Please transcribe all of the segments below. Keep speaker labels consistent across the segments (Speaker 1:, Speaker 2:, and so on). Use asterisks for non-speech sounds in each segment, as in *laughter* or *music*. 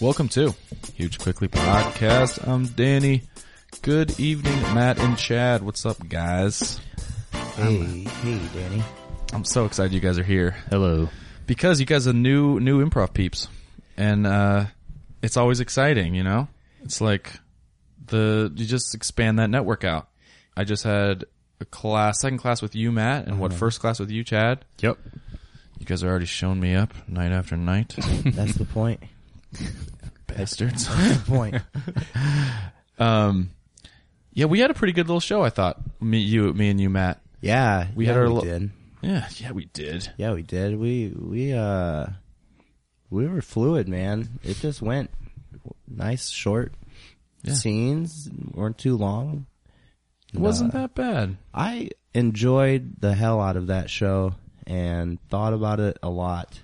Speaker 1: Welcome to Huge Quickly Podcast. I'm Danny. Good evening, Matt and Chad. What's up, guys?
Speaker 2: Hey, hey, Danny.
Speaker 1: I'm so excited you guys are here
Speaker 3: Hello.
Speaker 1: because you guys are new new improv peeps, and uh, it's always exciting. You know, it's like the you just expand that network out. I just had a class, second class with you, Matt, and what first class with you, Chad.
Speaker 3: Yep.
Speaker 1: Uh-huh. You guys are already showing me up night after night,
Speaker 2: That's the point.
Speaker 1: *laughs* bastards.
Speaker 2: That's the
Speaker 1: *laughs*
Speaker 2: point.
Speaker 1: Um, yeah, we had a pretty good little show. I thought me, you, me and you, Matt.
Speaker 2: Yeah,
Speaker 1: We
Speaker 2: yeah,
Speaker 1: had our
Speaker 2: we
Speaker 1: lo-
Speaker 2: did.
Speaker 1: Yeah, yeah, we did.
Speaker 2: Yeah, we did. We we uh we were fluid, man. It just went nice, short
Speaker 1: Yeah.
Speaker 2: scenes weren't too long.
Speaker 1: It wasn't that bad.
Speaker 2: I enjoyed the hell out of that show and thought about it a lot,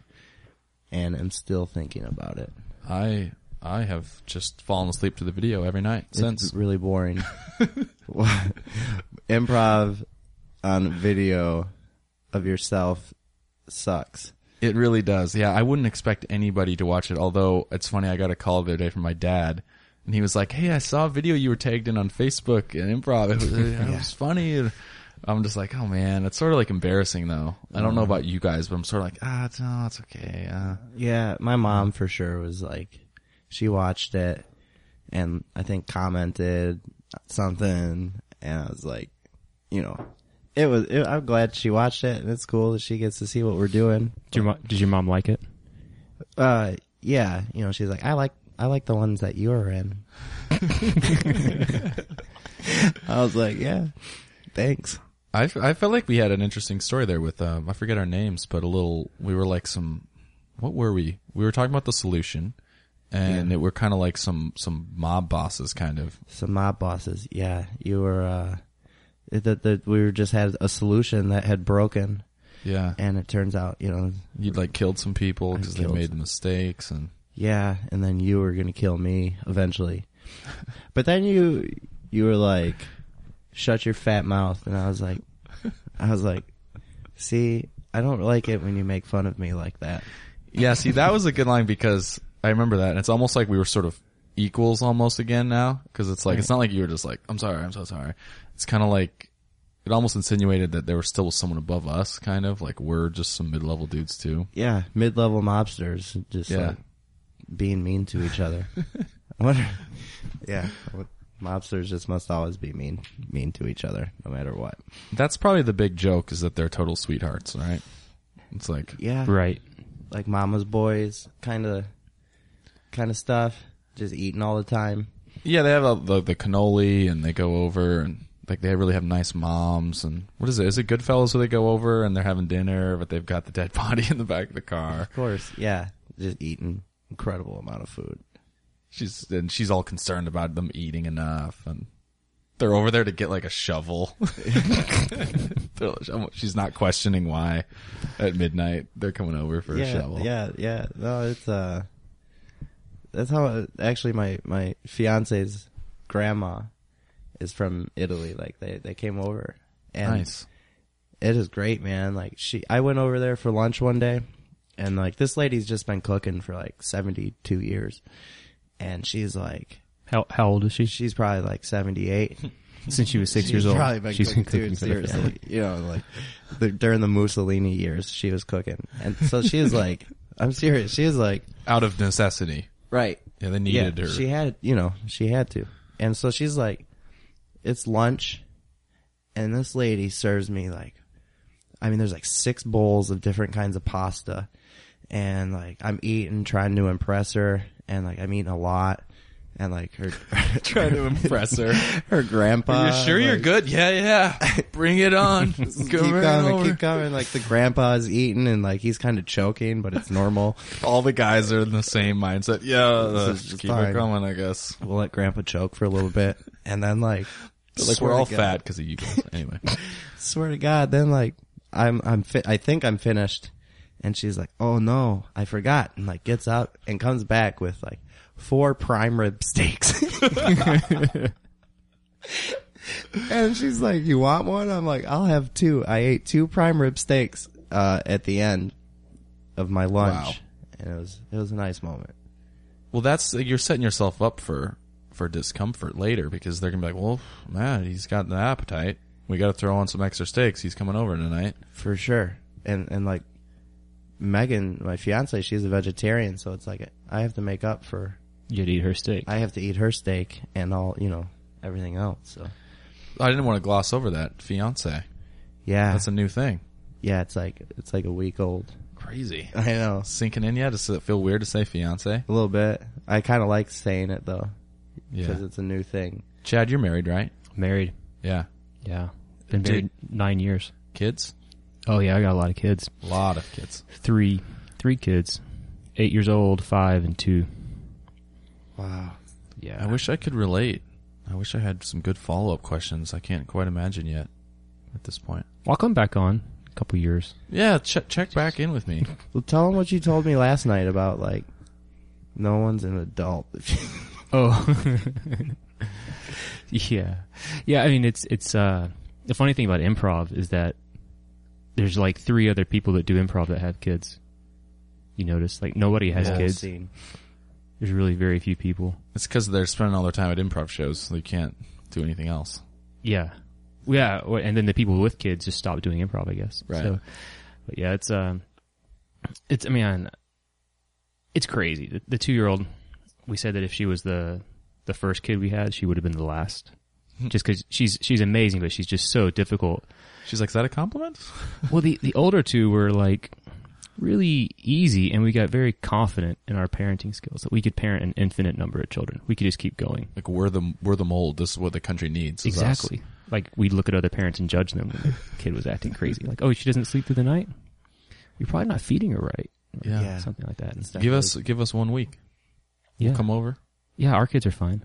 Speaker 2: and am still thinking about it.
Speaker 1: I I have just fallen asleep to the video every night
Speaker 2: It's
Speaker 1: since.
Speaker 2: really *laughs* boring. Improv on video of yourself sucks.
Speaker 1: It really does. Yeah, I wouldn't expect anybody to watch it. Although it's funny, I got a call the other day from my dad, and he was like, "Hey, I saw a video you were tagged in on Facebook and improv. *laughs* It was, it was funny." And I'm just like, "Oh man, it's sort of like embarrassing though." I don't know about you guys, but I'm sort of like, "Ah, it's, no, it's okay." Uh,
Speaker 2: Yeah, my mom for sure was like, she watched it and I think commented something and I was like, you know, it was, it, I'm glad she watched it and it's cool that she gets to see what we're doing.
Speaker 3: Did your, mo- did your mom like it?
Speaker 2: Uh, yeah, you know, she's like, I like, I like the ones that you were in. *laughs* I was like, yeah, thanks.
Speaker 1: I, f- I felt like we had an interesting story there with um I forget our names, but a little we were like some what were we? We were talking about the solution, and it, we're kind of like some some mob bosses, kind of.
Speaker 2: Some mob bosses. Yeah, you were, uh, that, that we were just had a solution that had broken
Speaker 1: Yeah,
Speaker 2: and it turns out, you know,
Speaker 1: you'd like killed some people because they
Speaker 2: killed
Speaker 1: made mistakes, and
Speaker 2: yeah, and then you were gonna kill me eventually. but then you you were like, shut your fat mouth, and I was like, I was like, see, I don't like it when you make fun of me like that.
Speaker 1: *laughs* yeah. See, that was a good line because I remember that, and it's almost like we were sort of equals almost again now because it's like it's not like you were just like I'm sorry, I'm so sorry. It's kind of like it almost insinuated that there was still someone above us, kind of like we're just some mid level dudes too.
Speaker 2: Yeah, mid level mobsters just
Speaker 1: Yeah.
Speaker 2: like being mean to each other. I wonder, yeah, what- mobsters just must always be mean mean to each other, no matter what.
Speaker 1: That's probably the big joke is that they're total sweethearts, right? It's like,
Speaker 2: Yeah,
Speaker 3: Right.
Speaker 2: like mama's boys kind of kind of stuff, just eating all the time.
Speaker 1: yeah, they have uh the, the cannoli and they go over and like they really have nice moms and what is it? Is it Goodfellas where they go over and they're having dinner, but they've got the dead *laughs* body in the back of the car?
Speaker 2: Of course, yeah. Just eating incredible amount of food.
Speaker 1: She's and she's all concerned about them eating enough and they're over there to get like a shovel. *laughs* They're like- "Oh, she's not questioning why at midnight they're coming over for a
Speaker 2: yeah,
Speaker 1: shovel.
Speaker 2: yeah, yeah. No, it's uh, that's how actually my my fiance's grandma is from Italy. Like they they came over and
Speaker 1: Nice.
Speaker 2: it is great, man. Like she, I went over there for lunch one day, and like this lady's just been cooking for like seventy two years, and she's like.
Speaker 3: How how old is she?
Speaker 2: She's probably like seventy *laughs* eight.
Speaker 3: Since she was six
Speaker 2: She's
Speaker 3: years old,
Speaker 2: Probably been
Speaker 3: she's
Speaker 2: cooking,
Speaker 3: been cooking
Speaker 2: dude,
Speaker 3: for the family.
Speaker 2: seriously. You know, like the, *laughs* during the Mussolini years, she was cooking, and so she is like, I'm serious. She is like,
Speaker 1: Out of necessity.
Speaker 2: right?
Speaker 1: Yeah, they needed her.
Speaker 2: She had, you know, she had to, and so she's like, it's lunch, and this lady serves me like, I mean, there's like six bowls of different kinds of pasta, and like I'm eating, trying to impress her, and like I'm eating a lot, and like her,
Speaker 1: *laughs* Trying to impress her.
Speaker 2: *laughs* her grandpa.
Speaker 1: you sure you're
Speaker 2: like,
Speaker 1: good? Yeah, yeah. *laughs* Bring it on. Come
Speaker 2: keep
Speaker 1: right
Speaker 2: coming,
Speaker 1: over.
Speaker 2: keep coming. Like the grandpa's eating and like he's kind of choking, but it's normal.
Speaker 1: All the guys are in the same mindset. Yeah, uh,
Speaker 2: This is
Speaker 1: keep
Speaker 2: fine.
Speaker 1: it coming, I guess.
Speaker 2: we'll let grandpa choke for a little bit, and then like,
Speaker 1: But, like
Speaker 2: swear
Speaker 1: we're all
Speaker 2: to God-
Speaker 1: fat because of you *laughs* guys. Anyway,
Speaker 2: Swear to God, then like I'm I'm fi- I think I'm finished, and she's like, oh no, I forgot, and like gets up and comes back with like four prime rib steaks. *laughs* And she's like, "You want one?" I'm like, "I'll have two. I ate two prime rib steaks uh, at the end of my lunch,
Speaker 1: Wow.
Speaker 2: and it was it was a nice moment.
Speaker 1: Well, that's you're setting yourself up for for discomfort later because they're gonna be like, well, man, he's got an appetite. We got to throw on some extra steaks. He's coming over tonight.
Speaker 2: for sure. And and like Megan, my fiance, she's a vegetarian, so it's like I have to make up for
Speaker 3: You'd eat her steak.
Speaker 2: I have to eat her steak and all you know everything else. So
Speaker 1: I didn't want to gloss over that fiance.
Speaker 2: yeah,
Speaker 1: That's a new thing.
Speaker 2: yeah, it's like it's like a week old.
Speaker 1: Crazy.
Speaker 2: I know
Speaker 1: Sinking in yet? Does it feel weird to say fiance?
Speaker 2: a little bit. I kind of like saying it though
Speaker 1: Yeah.
Speaker 2: because it's a new thing.
Speaker 1: Chad, you're married, right?
Speaker 3: Married.
Speaker 1: Yeah.
Speaker 3: Yeah. Been
Speaker 1: Dude.
Speaker 3: married nine years.
Speaker 1: Kids?
Speaker 3: Oh yeah, I got a lot of kids.
Speaker 1: A lot of kids.
Speaker 3: Three, three kids. Eight years old, five, and two.
Speaker 2: Wow.
Speaker 3: Yeah.
Speaker 1: I wish I could relate. I wish I had some good follow up questions. I can't quite imagine yet at this point.
Speaker 3: I'll come back on a couple years.
Speaker 1: Yeah, check check back in with
Speaker 3: *laughs*
Speaker 1: me.
Speaker 2: Well, tell them what you told me last night about like no one's an adult.
Speaker 3: Oh. *laughs* yeah. Yeah, I mean it's it's uh the funny thing about improv is that there's like three other people that do improv that have kids. You notice like nobody has
Speaker 1: Yeah.
Speaker 3: kids.
Speaker 2: Scene.
Speaker 3: There's really very few people.
Speaker 1: It's because they're spending all their time at improv shows, so they can't do anything else.
Speaker 3: Yeah. Yeah, well, and then the people with kids just stop doing improv, I guess.
Speaker 1: Right.
Speaker 3: So, but yeah, it's um it's I mean I'm- it's crazy. The, the 2-year-old we said that if she was the the first kid we had, she would have been the last. Just cuz she's she's amazing, but she's just so difficult.
Speaker 1: She's like, "Is that a compliment?"
Speaker 3: Well, the, the older two were like really easy, and we got very confident in our parenting skills that we could parent an infinite number of children. We could just keep going.
Speaker 1: Like we're the we're the mold. This is what the country needs. is us.
Speaker 3: Like we'd look at other parents and judge
Speaker 1: *laughs*
Speaker 3: them when the kid was acting crazy. Like, oh, she doesn't sleep through the night. You're probably not feeding her right.
Speaker 1: Yeah.
Speaker 2: Yeah.
Speaker 3: Something like that.
Speaker 2: It's
Speaker 1: Give
Speaker 2: definitely-
Speaker 1: us give us one week.
Speaker 3: Yeah.
Speaker 1: Come over.
Speaker 3: Yeah, our kids are fine.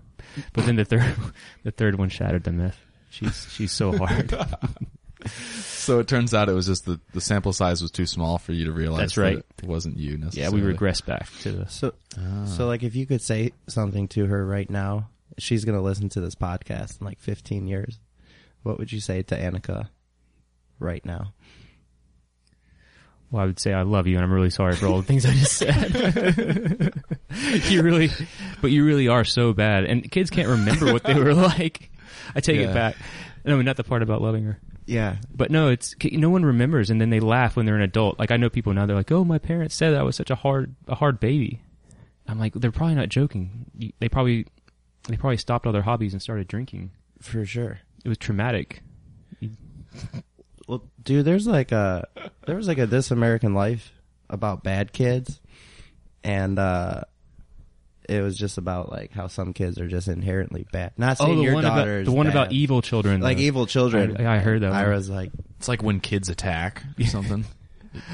Speaker 3: But then the third, *laughs* the third one shattered the myth. She's
Speaker 1: *laughs*
Speaker 3: she's so hard.
Speaker 1: So it turns out it was just the the sample size was too small for you to realize.
Speaker 3: That's right.
Speaker 1: that it wasn't you
Speaker 3: yeah,
Speaker 1: necessarily. Ah.
Speaker 3: we regress back to the
Speaker 2: So,
Speaker 1: Uh.
Speaker 2: so like, if you could say something to her right now, she's gonna listen to this podcast in like 15 years. What would you say to Annika right now?
Speaker 3: Well, I would say I love you, and I'm really sorry for all the things I just said. *laughs* you really, but you really are so bad, and kids can't remember what they were *laughs* like. I take
Speaker 1: Yeah.
Speaker 3: it back. No, not the part about loving her.
Speaker 2: Yeah,
Speaker 3: But no, it's k- no one remembers, and then they laugh when they're an adult. Like I know people now, they're like, "Oh, my parents said I was such a hard, a hard baby." I'm like, they're probably not joking. You- They probably, they probably stopped all their hobbies and started drinking.
Speaker 2: for sure.
Speaker 3: It was traumatic.
Speaker 2: Well, dude, there's like a there was like a This American Life about bad kids, and uh it was just about like how some kids are just inherently bad. Not saying
Speaker 3: Oh, the
Speaker 2: your
Speaker 3: one
Speaker 2: daughter
Speaker 3: about
Speaker 2: is
Speaker 3: the one about
Speaker 2: bad.
Speaker 3: evil children,
Speaker 2: like
Speaker 3: though.
Speaker 2: evil children.
Speaker 3: I, I heard that. one.
Speaker 2: Ira's like,
Speaker 1: It's like when kids
Speaker 3: *laughs*
Speaker 1: attack or something.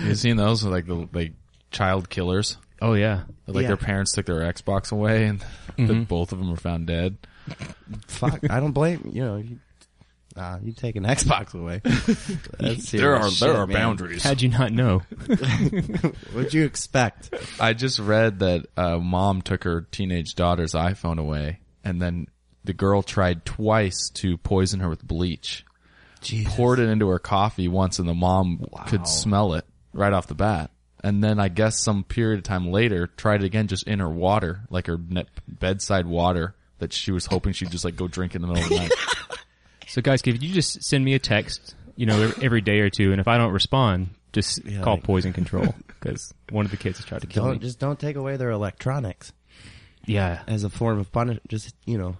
Speaker 1: You've seen those like the like child killers.
Speaker 3: Oh yeah.
Speaker 1: Like
Speaker 2: Yeah.
Speaker 1: their parents took their Xbox away, and *laughs* then both of them were found dead.
Speaker 2: fuck, I don't blame you know. You, Nah, you take an *laughs* Xbox away.
Speaker 3: *laughs*
Speaker 2: That's
Speaker 1: there are
Speaker 2: serious
Speaker 1: there
Speaker 2: shit,
Speaker 1: are
Speaker 2: man.
Speaker 1: boundaries.
Speaker 3: How'd you not know?
Speaker 2: What'd you expect?
Speaker 1: I just read that uh, mom took her teenage daughter's iPhone away, and then the girl tried twice to poison her with bleach. Poured it into her coffee once, and the mom could smell it right off the bat. And then I guess some period of time later, tried it again, just in her water, like her net bedside water that she was hoping she'd just like go drink in the middle of the night.
Speaker 3: So guys, could you just send me a text, you know, every- every day or two, and if I don't respond, just call
Speaker 2: like-
Speaker 3: poison control because one of the kids has tried to kill me.
Speaker 2: Don't just don't take away their electronics
Speaker 3: yeah,
Speaker 2: as a form of punishment. Just you know,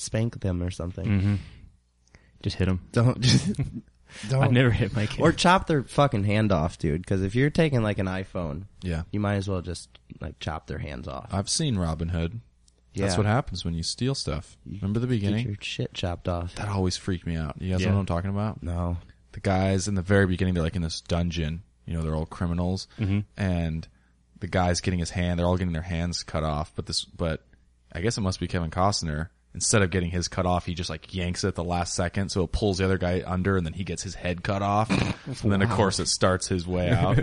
Speaker 2: spank them or something.
Speaker 3: Mm. Mm-hmm. just hit him.
Speaker 2: Don't *laughs* just don't.
Speaker 3: I've never hit my kid.
Speaker 2: or chop their fucking hand off, dude. Because if you're taking like an iPhone,
Speaker 1: *laughs* Yeah,
Speaker 2: you might as well just like chop their hands off.
Speaker 1: I've seen Robin Hood. That's
Speaker 2: Yeah.
Speaker 1: what happens when you steal stuff. Remember the
Speaker 2: Get
Speaker 1: beginning?
Speaker 2: your shit chopped off.
Speaker 1: That always freaked me out. You guys
Speaker 3: Yeah.
Speaker 1: know what I'm talking about?
Speaker 2: No,
Speaker 1: the guys in the very beginning they're like in this dungeon you know they're all criminals and the guy's getting his hand they're all getting their hands cut off but this but i guess it must be kevin costner instead of getting his cut off he just like yanks it at the last second so it pulls the other guy under and then he gets his head cut off and then of course it starts his way out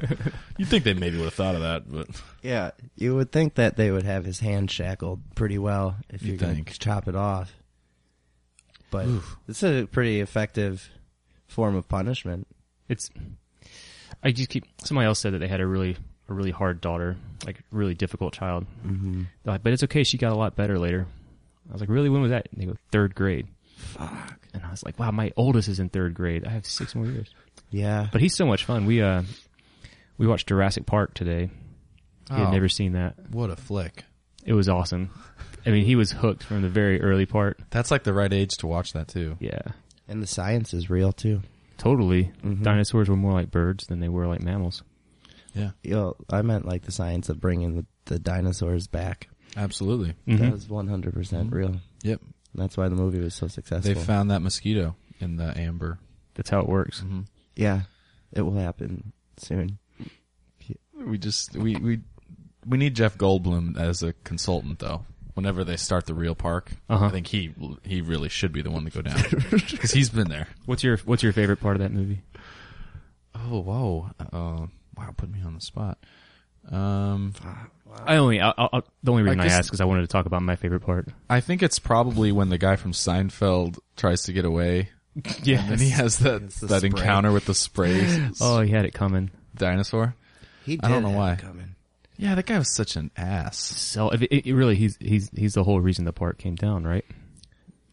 Speaker 1: you'd think they maybe would have thought of that but
Speaker 2: yeah, you would think that they would have his hand shackled pretty well if
Speaker 1: You'd
Speaker 2: you're going
Speaker 1: think.
Speaker 2: to chop it off. But it's a pretty effective form of punishment.
Speaker 3: It's. I just keep. Somebody else said that they had a really a really hard daughter, like really difficult child. Mm-hmm. They're like, but it's okay. She got a lot better later. I was like, really? When was that? And they go, third grade. Fuck. And I was like, wow, my oldest is in third grade. I have six more years.
Speaker 2: Yeah.
Speaker 3: But he's so much fun. We uh, we watched Jurassic Park today. He
Speaker 1: Oh.
Speaker 3: had never seen that.
Speaker 1: What a flick.
Speaker 3: It was awesome. I mean, he was hooked from the very early part.
Speaker 1: That's like the right age to watch that too.
Speaker 3: Yeah,
Speaker 2: and the science is real too.
Speaker 3: totally.
Speaker 2: Mm-hmm.
Speaker 3: Dinosaurs were more like birds than they were like mammals.
Speaker 1: Yeah,
Speaker 2: You know, I meant like the science of bringing the, the dinosaurs back.
Speaker 1: absolutely.
Speaker 3: Mhm.
Speaker 2: That was 100% percent real. And
Speaker 1: Yep.
Speaker 2: that's why the movie was so
Speaker 1: They
Speaker 2: successful.
Speaker 1: found that mosquito in the amber.
Speaker 3: That's how it works.
Speaker 1: Mm-hmm.
Speaker 2: yeah. It will happen soon.
Speaker 1: We just we we we need Jeff Goldblum as a consultant though. Whenever they start the real park,
Speaker 3: Uh-huh.
Speaker 1: I think he he really should be the one to go *laughs* down because he's been there.
Speaker 3: What's your What's your favorite part of that movie?
Speaker 1: Oh whoa! Uh, wow, put me on the spot. Um,
Speaker 3: I only I, I, the only reason I,
Speaker 1: guess-
Speaker 3: asked is I wanted to talk about my favorite part.
Speaker 1: I think it's probably when the guy from Seinfeld tries to get away,
Speaker 3: *laughs* Yeah.
Speaker 1: and he has that
Speaker 2: the
Speaker 1: that
Speaker 2: spray.
Speaker 1: encounter with the *laughs* spray s-
Speaker 3: Oh, he had it coming.
Speaker 1: dinosaur.
Speaker 2: He did
Speaker 1: I don't know
Speaker 2: have
Speaker 1: why.
Speaker 2: it Coming.
Speaker 1: Yeah, that guy was such an ass.
Speaker 3: So if it, it, really, he's he's he's the whole reason the park came down, right?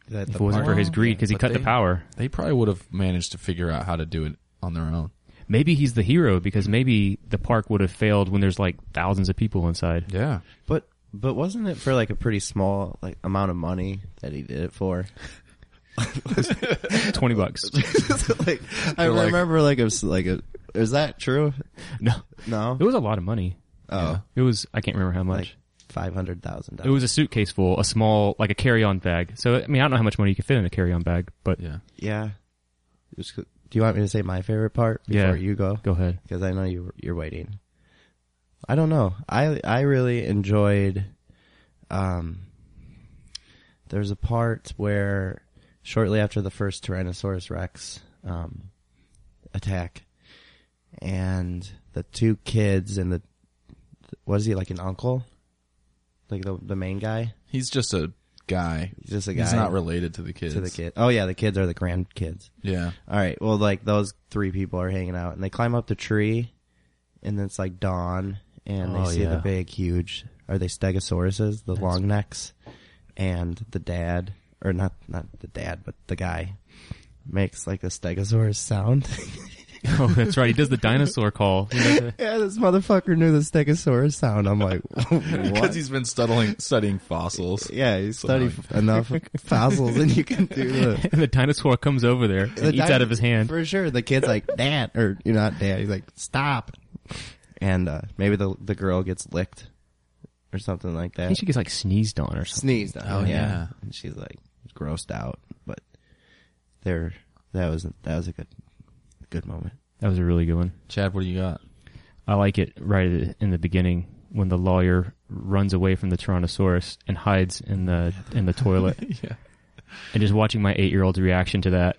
Speaker 2: That
Speaker 3: If
Speaker 2: the
Speaker 3: it wasn't
Speaker 2: part-
Speaker 3: for his greed, because he
Speaker 1: But
Speaker 3: cut
Speaker 1: they-
Speaker 3: the power.
Speaker 1: They probably would have managed to figure out how to do it on their own.
Speaker 3: Maybe he's the hero because maybe the park would have failed when there's like thousands of people inside.
Speaker 1: Yeah.
Speaker 2: But but wasn't it for like a pretty small like amount of money that he did it *laughs* for?
Speaker 3: *laughs* Twenty bucks.
Speaker 2: like I
Speaker 1: They're like-
Speaker 2: remember like it was like a is that true?
Speaker 3: *laughs* No,
Speaker 2: No.
Speaker 3: it was a lot of money.
Speaker 2: oh,
Speaker 3: It was I can't remember how much.
Speaker 2: like five hundred thousand
Speaker 3: it
Speaker 2: dollars.
Speaker 3: was a suitcase full, a small like a carry-on bag. So I mean, I don't know how much money you can fit in a carry-on bag, but
Speaker 1: Yeah.
Speaker 2: Yeah. It was, co- do you want me to say my favorite part before
Speaker 3: Yeah.
Speaker 2: you go?
Speaker 3: go ahead.
Speaker 2: because I know you you're waiting. I don't know. I I really enjoyed. Um, there's a part where shortly after the first Tyrannosaurus Rex um, attack, and the two kids and the what is he like an uncle, like the the main guy,
Speaker 1: He's just a guy.
Speaker 2: He's just a
Speaker 1: He's
Speaker 2: guy.
Speaker 1: not related to the kids.
Speaker 2: to the kid. Oh yeah, the kids are the grandkids.
Speaker 1: Yeah.
Speaker 2: All right. Well, like those three people are hanging out, and they climb up the tree, and it's like dawn, and they
Speaker 3: Oh,
Speaker 2: see
Speaker 3: yeah.
Speaker 2: the big, huge. Are they stegosauruses, the long necks, and the dad, or not, not the dad, but the guy makes like a stegosaurus
Speaker 3: *laughs*
Speaker 2: sound.
Speaker 3: *laughs*
Speaker 2: *laughs*
Speaker 3: Oh, that's right. He does the dinosaur *laughs* call. He does it.
Speaker 2: yeah, this motherfucker knew the stegosaurus sound. I'm like, *laughs* what?
Speaker 3: *laughs*
Speaker 1: Because he's been studying studying fossils.
Speaker 2: yeah, you study
Speaker 1: Somehow.
Speaker 3: *laughs*
Speaker 2: enough fossils, and you can do the.
Speaker 3: And the dinosaur comes over there and
Speaker 2: the
Speaker 3: eats
Speaker 2: di-
Speaker 3: out of his hand.
Speaker 2: for sure. The kid's like, *laughs* "Dad," or you're not dad. He's like, "Stop." And uh, maybe the the girl gets licked or something like
Speaker 3: I think
Speaker 2: that.
Speaker 3: she gets like sneezed on or something.
Speaker 2: Sneezed. on,
Speaker 1: Oh, yeah.
Speaker 2: and she's like grossed out. But there, that was that was a good good moment.
Speaker 3: That was a really good one.
Speaker 1: Chad, what do you got?
Speaker 3: I like it right at- in the beginning when the lawyer runs away from the Tyrannosaurus and hides in the in the toilet. *laughs*
Speaker 1: Yeah.
Speaker 3: and just watching my eight year old's reaction to that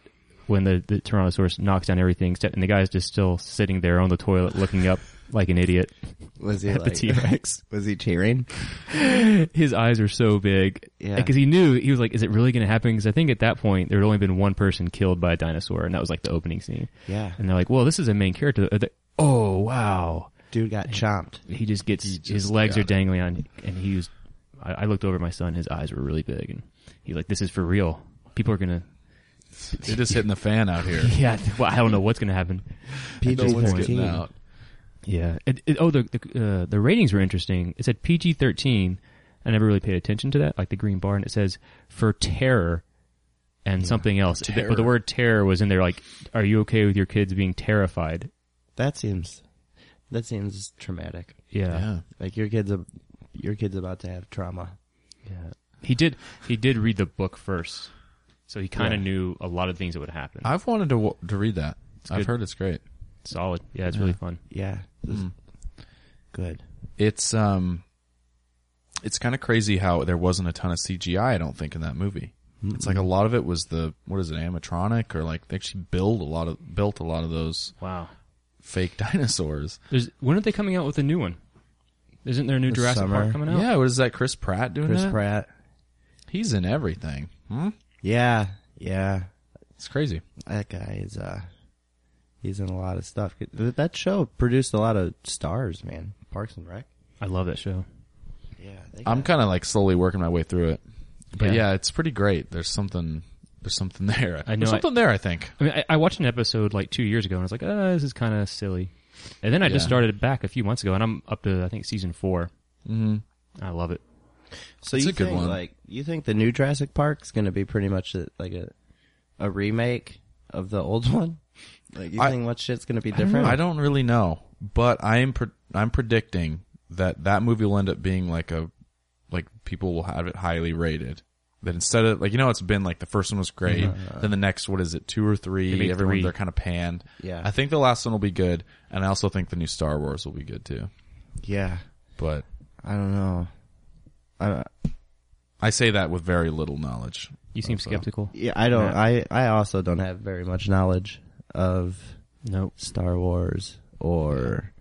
Speaker 3: when the, the Tyrannosaurus knocks down everything, except- and the guy's just still sitting there on the toilet looking up like an idiot.
Speaker 2: Was he
Speaker 3: At the
Speaker 2: like
Speaker 3: T-Rex.
Speaker 2: *laughs* Was he cheering?
Speaker 3: *laughs* His eyes are so big.
Speaker 2: Yeah.
Speaker 3: Because he knew, he was like, is it really going to happen? Because I think at that point, there had only been one person killed by a dinosaur, and that was like the opening scene.
Speaker 2: Yeah,
Speaker 3: And they're like, well, this is a main character. Uh, they- Oh, wow.
Speaker 2: dude got chomped.
Speaker 3: He just gets, his
Speaker 1: just
Speaker 3: legs
Speaker 1: got
Speaker 3: are
Speaker 1: it.
Speaker 3: dangling on, and he was, I, I looked over at my son, his eyes were really big, and he's like, this is for real. People are going to,
Speaker 1: They're just hitting the fan out
Speaker 2: *laughs*
Speaker 1: here.
Speaker 3: yeah, *laughs* well, I don't know what's going to happen.
Speaker 1: no
Speaker 2: PG
Speaker 1: one's getting
Speaker 2: fourteen.
Speaker 1: out.
Speaker 3: Yeah. It, it, oh, the the, uh, the ratings were interesting. It said PG thirteen. I never really paid attention to that, like the green bar, and it says for terror and something else. The-
Speaker 1: Terror.
Speaker 3: The, word terror was in there. Like, are you okay with your kids being terrified?
Speaker 2: That seems that seems traumatic.
Speaker 3: Yeah.
Speaker 1: Yeah.
Speaker 2: Like your kids, a, your kids about to have trauma.
Speaker 3: Yeah. He did. He did read the book first, so he kind of
Speaker 2: Yeah.
Speaker 3: knew a lot of things that would happen.
Speaker 1: I've wanted to w- to read that. I've
Speaker 3: good.
Speaker 1: heard it's great.
Speaker 3: Solid. Yeah, it's really fun.
Speaker 2: Yeah, this- good.
Speaker 1: It's um, it's kind of crazy how there wasn't a ton of CGI. I don't think in that movie. It's like a lot of it was the what is it animatronic or like they actually build a lot of built a lot of those
Speaker 3: Wow.
Speaker 1: fake *laughs* dinosaurs.
Speaker 3: There's. When are they coming out with a new one? Isn't there a new
Speaker 2: This
Speaker 3: Jurassic
Speaker 2: summer.
Speaker 3: Park coming out?
Speaker 1: Yeah, what is that? Chris Pratt doing
Speaker 2: Chris
Speaker 1: that?
Speaker 2: Pratt.
Speaker 1: He's in everything. Hmm?
Speaker 2: Yeah, yeah.
Speaker 1: It's crazy.
Speaker 2: That guy is uh He's in a lot of stuff. Th- That show produced a lot of stars, man. Parks and Rec.
Speaker 3: I love that show.
Speaker 2: Yeah,
Speaker 1: I'm kind of like slowly working my way through it, but
Speaker 3: Yeah.
Speaker 1: yeah. it's pretty great. There's something, there's something *laughs* there.
Speaker 3: I know
Speaker 1: There's
Speaker 3: I-
Speaker 1: something there. I think.
Speaker 3: I mean, I, I watched an episode like two years ago, and I was like, "Uh, this is kind of silly." And then I just
Speaker 1: Yeah.
Speaker 3: started it back a few months ago, and I'm up to I think season four.
Speaker 1: Mhm.
Speaker 3: I love it.
Speaker 2: So
Speaker 1: It's
Speaker 2: you
Speaker 1: a good
Speaker 2: think
Speaker 1: one.
Speaker 2: like you think the new Jurassic Park's going to be pretty much a, like a a remake of the old *laughs* one? Like you
Speaker 1: I-
Speaker 2: think what shit's going to be
Speaker 1: I don't, know.
Speaker 2: different?
Speaker 1: I don't really know, but I'm pre- I'm predicting that that movie will end up being like a like people will have it highly rated. That instead of like you know it's been like the first one was great, then the next what is it two or
Speaker 3: They
Speaker 1: three?
Speaker 3: made
Speaker 1: Everyone
Speaker 3: three.
Speaker 1: they're kind of panned.
Speaker 2: Yeah.
Speaker 1: I think the last one will be good, and I also think the new Star Wars will be good too.
Speaker 2: Yeah,
Speaker 1: But
Speaker 2: I don't know. I
Speaker 1: I say that with very little knowledge.
Speaker 3: You seem skeptical.
Speaker 2: yeah, I don't. I I also don't have very much knowledge of
Speaker 3: No,
Speaker 2: Star Wars or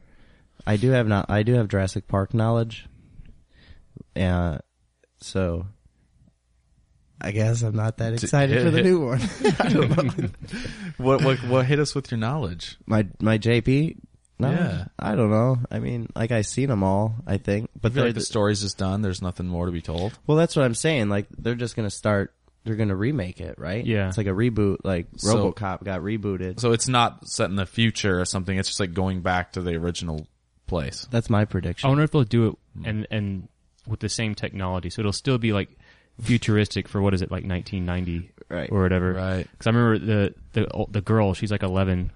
Speaker 2: I do have not I do have Jurassic Park knowledge. Uh so I guess I'm not that excited for the new
Speaker 1: *laughs*
Speaker 2: one. I don't know.
Speaker 1: What what what hit us with your knowledge?
Speaker 2: My my JP knowledge?
Speaker 1: Yeah.
Speaker 2: I don't know. I mean, like I seen them all, I think,
Speaker 1: I
Speaker 2: but
Speaker 1: feel
Speaker 2: they're
Speaker 1: like the story's just done. There's nothing more to be told.
Speaker 2: Well, that's what I'm saying. Like they're just going to start they're going to remake it, right?
Speaker 3: Yeah.
Speaker 2: It's like a reboot like
Speaker 1: So-
Speaker 2: RoboCop got rebooted.
Speaker 1: So it's not set in the future or something. It's just like going back to the original place.
Speaker 2: that's my
Speaker 3: I
Speaker 2: prediction.
Speaker 3: wonder if they'll do it and and with the same technology, so it'll still be like futuristic for what is it like 1990
Speaker 2: Right.
Speaker 3: or whatever.
Speaker 1: Right.
Speaker 3: Because I remember the the the girl, she's like 11,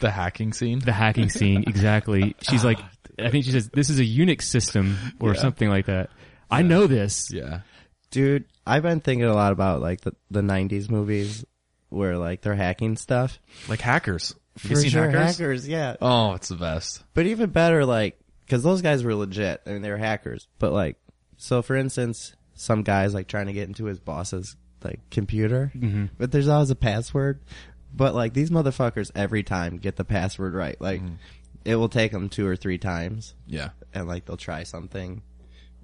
Speaker 1: The hacking scene.
Speaker 3: the hacking scene exactly. She's like, I think she says this is a Unix system or something like that. I know this.
Speaker 1: *laughs* yeah.
Speaker 2: Dude, I've been thinking a lot about like the, the 90s movies where like they're hacking stuff.
Speaker 1: Like hackers. Have you
Speaker 2: For
Speaker 1: seen
Speaker 2: sure,
Speaker 1: hackers?
Speaker 2: yeah.
Speaker 1: Oh, it's the best.
Speaker 2: But even better, like, cause those guys were legit. I mean, they were hackers. But like, so for instance, some guy's like trying to get into his boss's like computer,
Speaker 1: Mm-hmm.
Speaker 2: but there's always a password. But like these motherfuckers every time get the password right. Like,
Speaker 1: Mm-hmm.
Speaker 2: it will take them two or three times
Speaker 1: Yeah.
Speaker 2: and like they'll try something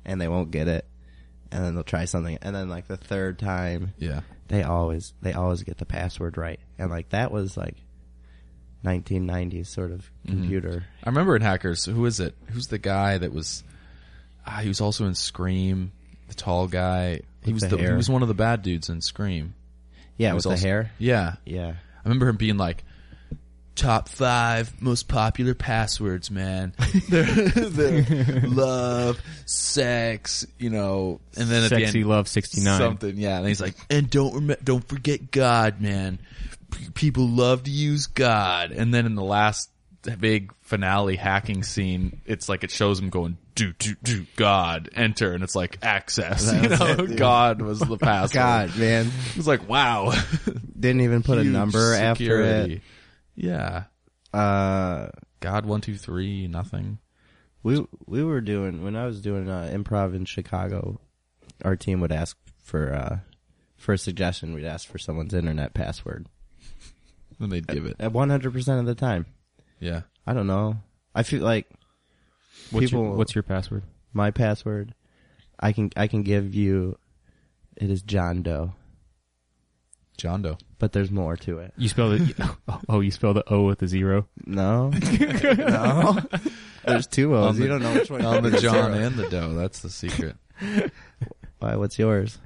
Speaker 2: and they won't get it. And then they'll try something and then like the third time
Speaker 1: Yeah.
Speaker 2: they always they always get the password right and like that was like 1990s sort of
Speaker 1: Mm-hmm.
Speaker 2: computer
Speaker 1: I remember in Hackers, who is it? Who's the guy that was ah, he was also in Scream, the tall guy. He
Speaker 2: With
Speaker 1: was
Speaker 2: the
Speaker 1: the, he
Speaker 2: hair.
Speaker 1: was one of the bad dudes in Scream.
Speaker 2: yeah
Speaker 1: He
Speaker 2: with
Speaker 1: was
Speaker 2: the
Speaker 1: also-
Speaker 2: hair
Speaker 1: Yeah.
Speaker 2: yeah
Speaker 1: I remember him being like, top five most popular passwords, man. they're, they're love, sex, you know, and then at the
Speaker 3: Sexy
Speaker 1: end,
Speaker 3: Love 69.
Speaker 1: something, yeah. And he's like, and don't rem- don't forget God, man. P- people love to use God. And then in the last big finale hacking scene, it's like it shows him going, do do do God, enter, and it's like access. *laughs* You know, God was the password.
Speaker 2: god man
Speaker 1: It was like, wow.
Speaker 2: didn't even put a
Speaker 1: Huge
Speaker 2: number after it
Speaker 1: security. Yeah.
Speaker 2: uh
Speaker 1: God, one, two, three, nothing.
Speaker 2: we we were doing when i was doing uh, improv in chicago our team would ask for uh for a suggestion we'd ask for someone's internet password
Speaker 1: Then they'd give it.
Speaker 2: at 100% of the time
Speaker 1: Yeah.
Speaker 2: i don't know i feel like
Speaker 3: What's,
Speaker 2: people
Speaker 3: your, what's your password?
Speaker 2: my password. I can I can give you. It is John Doe,
Speaker 1: John Doe.
Speaker 2: but there's more to it.
Speaker 3: You spell the *laughs* oh, you spell the O with a zero.
Speaker 2: *laughs* No, no. There's two O's. you don't know which one.
Speaker 1: On the *laughs* John
Speaker 2: Zero.
Speaker 1: and the Doe. That's the secret.
Speaker 2: Why? What's yours?